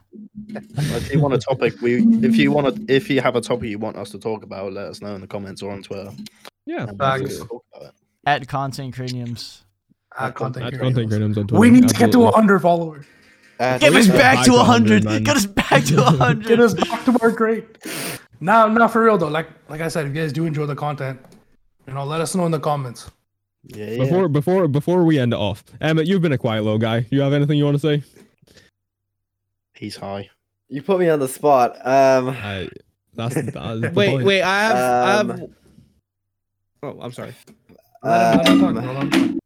Speaker 5: If you
Speaker 2: (laughs)
Speaker 5: want a topic, we if you want to if you have a topic you want us to talk about, let us know in the comments or on Twitter.
Speaker 1: Yeah,
Speaker 5: And we'll
Speaker 6: Facts.
Speaker 5: talk about it.
Speaker 2: At content craniums.
Speaker 6: Uh, content
Speaker 1: I
Speaker 6: creators.
Speaker 1: don't think Graham's on Twitter.
Speaker 6: we need to get
Speaker 1: absolutely.
Speaker 6: to 100 followers.
Speaker 8: Uh,
Speaker 5: And
Speaker 2: Get us
Speaker 1: Get
Speaker 2: back
Speaker 1: back
Speaker 2: to
Speaker 1: to 100,
Speaker 2: 100.
Speaker 1: man.
Speaker 2: Get us (laughs) back to 100.
Speaker 6: Get us back to our grade. Now, now for real though. Like, like I said, if you guys do enjoy the content, you know, let us know in the comments.
Speaker 5: yeah, yeah.
Speaker 2: Uh-huh.
Speaker 1: Before before before we end it off, Emmett, you've been a quiet little guy. You have anything you want to say?
Speaker 5: he's high.
Speaker 8: You put me on the spot. Um,
Speaker 1: I, that's,
Speaker 4: (laughs)
Speaker 1: that's the
Speaker 4: Wait,
Speaker 1: point.
Speaker 4: wait. I have. I have...
Speaker 8: Um,
Speaker 4: Oh, I'm sorry.
Speaker 6: Let him- let him talk,
Speaker 8: um,
Speaker 6: let him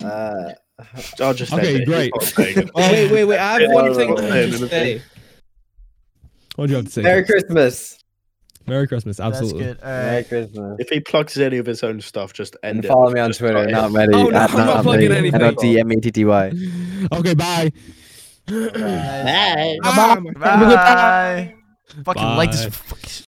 Speaker 6: talk.
Speaker 8: uh,
Speaker 5: I'll just
Speaker 1: Okay,
Speaker 5: end it. He's
Speaker 1: great.
Speaker 5: not saying it.
Speaker 4: Wait, wait, wait. I have one
Speaker 8: Yeah,
Speaker 4: thing
Speaker 8: yeah,
Speaker 5: yeah,
Speaker 4: to
Speaker 5: yeah.
Speaker 4: say.
Speaker 1: What do you have to say?
Speaker 8: Merry Christmas.
Speaker 1: Merry Christmas, absolutely.
Speaker 2: That's good. All
Speaker 8: Merry
Speaker 2: right.
Speaker 8: Christmas.
Speaker 5: If he plugs any of his own stuff, just end
Speaker 8: And
Speaker 5: it.
Speaker 8: follow me on
Speaker 5: Just
Speaker 8: Twitter,
Speaker 5: start it.
Speaker 8: not Medi.
Speaker 4: Oh, no,
Speaker 8: at
Speaker 4: I'm not
Speaker 8: not
Speaker 4: plugging
Speaker 8: Medi,
Speaker 4: anything.
Speaker 8: E N-O-T-M-E-T-T-Y.
Speaker 1: Okay, bye.
Speaker 2: Bye.
Speaker 4: Ah,
Speaker 2: Ah, Bye. Fucking like this.
Speaker 1: Bye.
Speaker 2: Fucking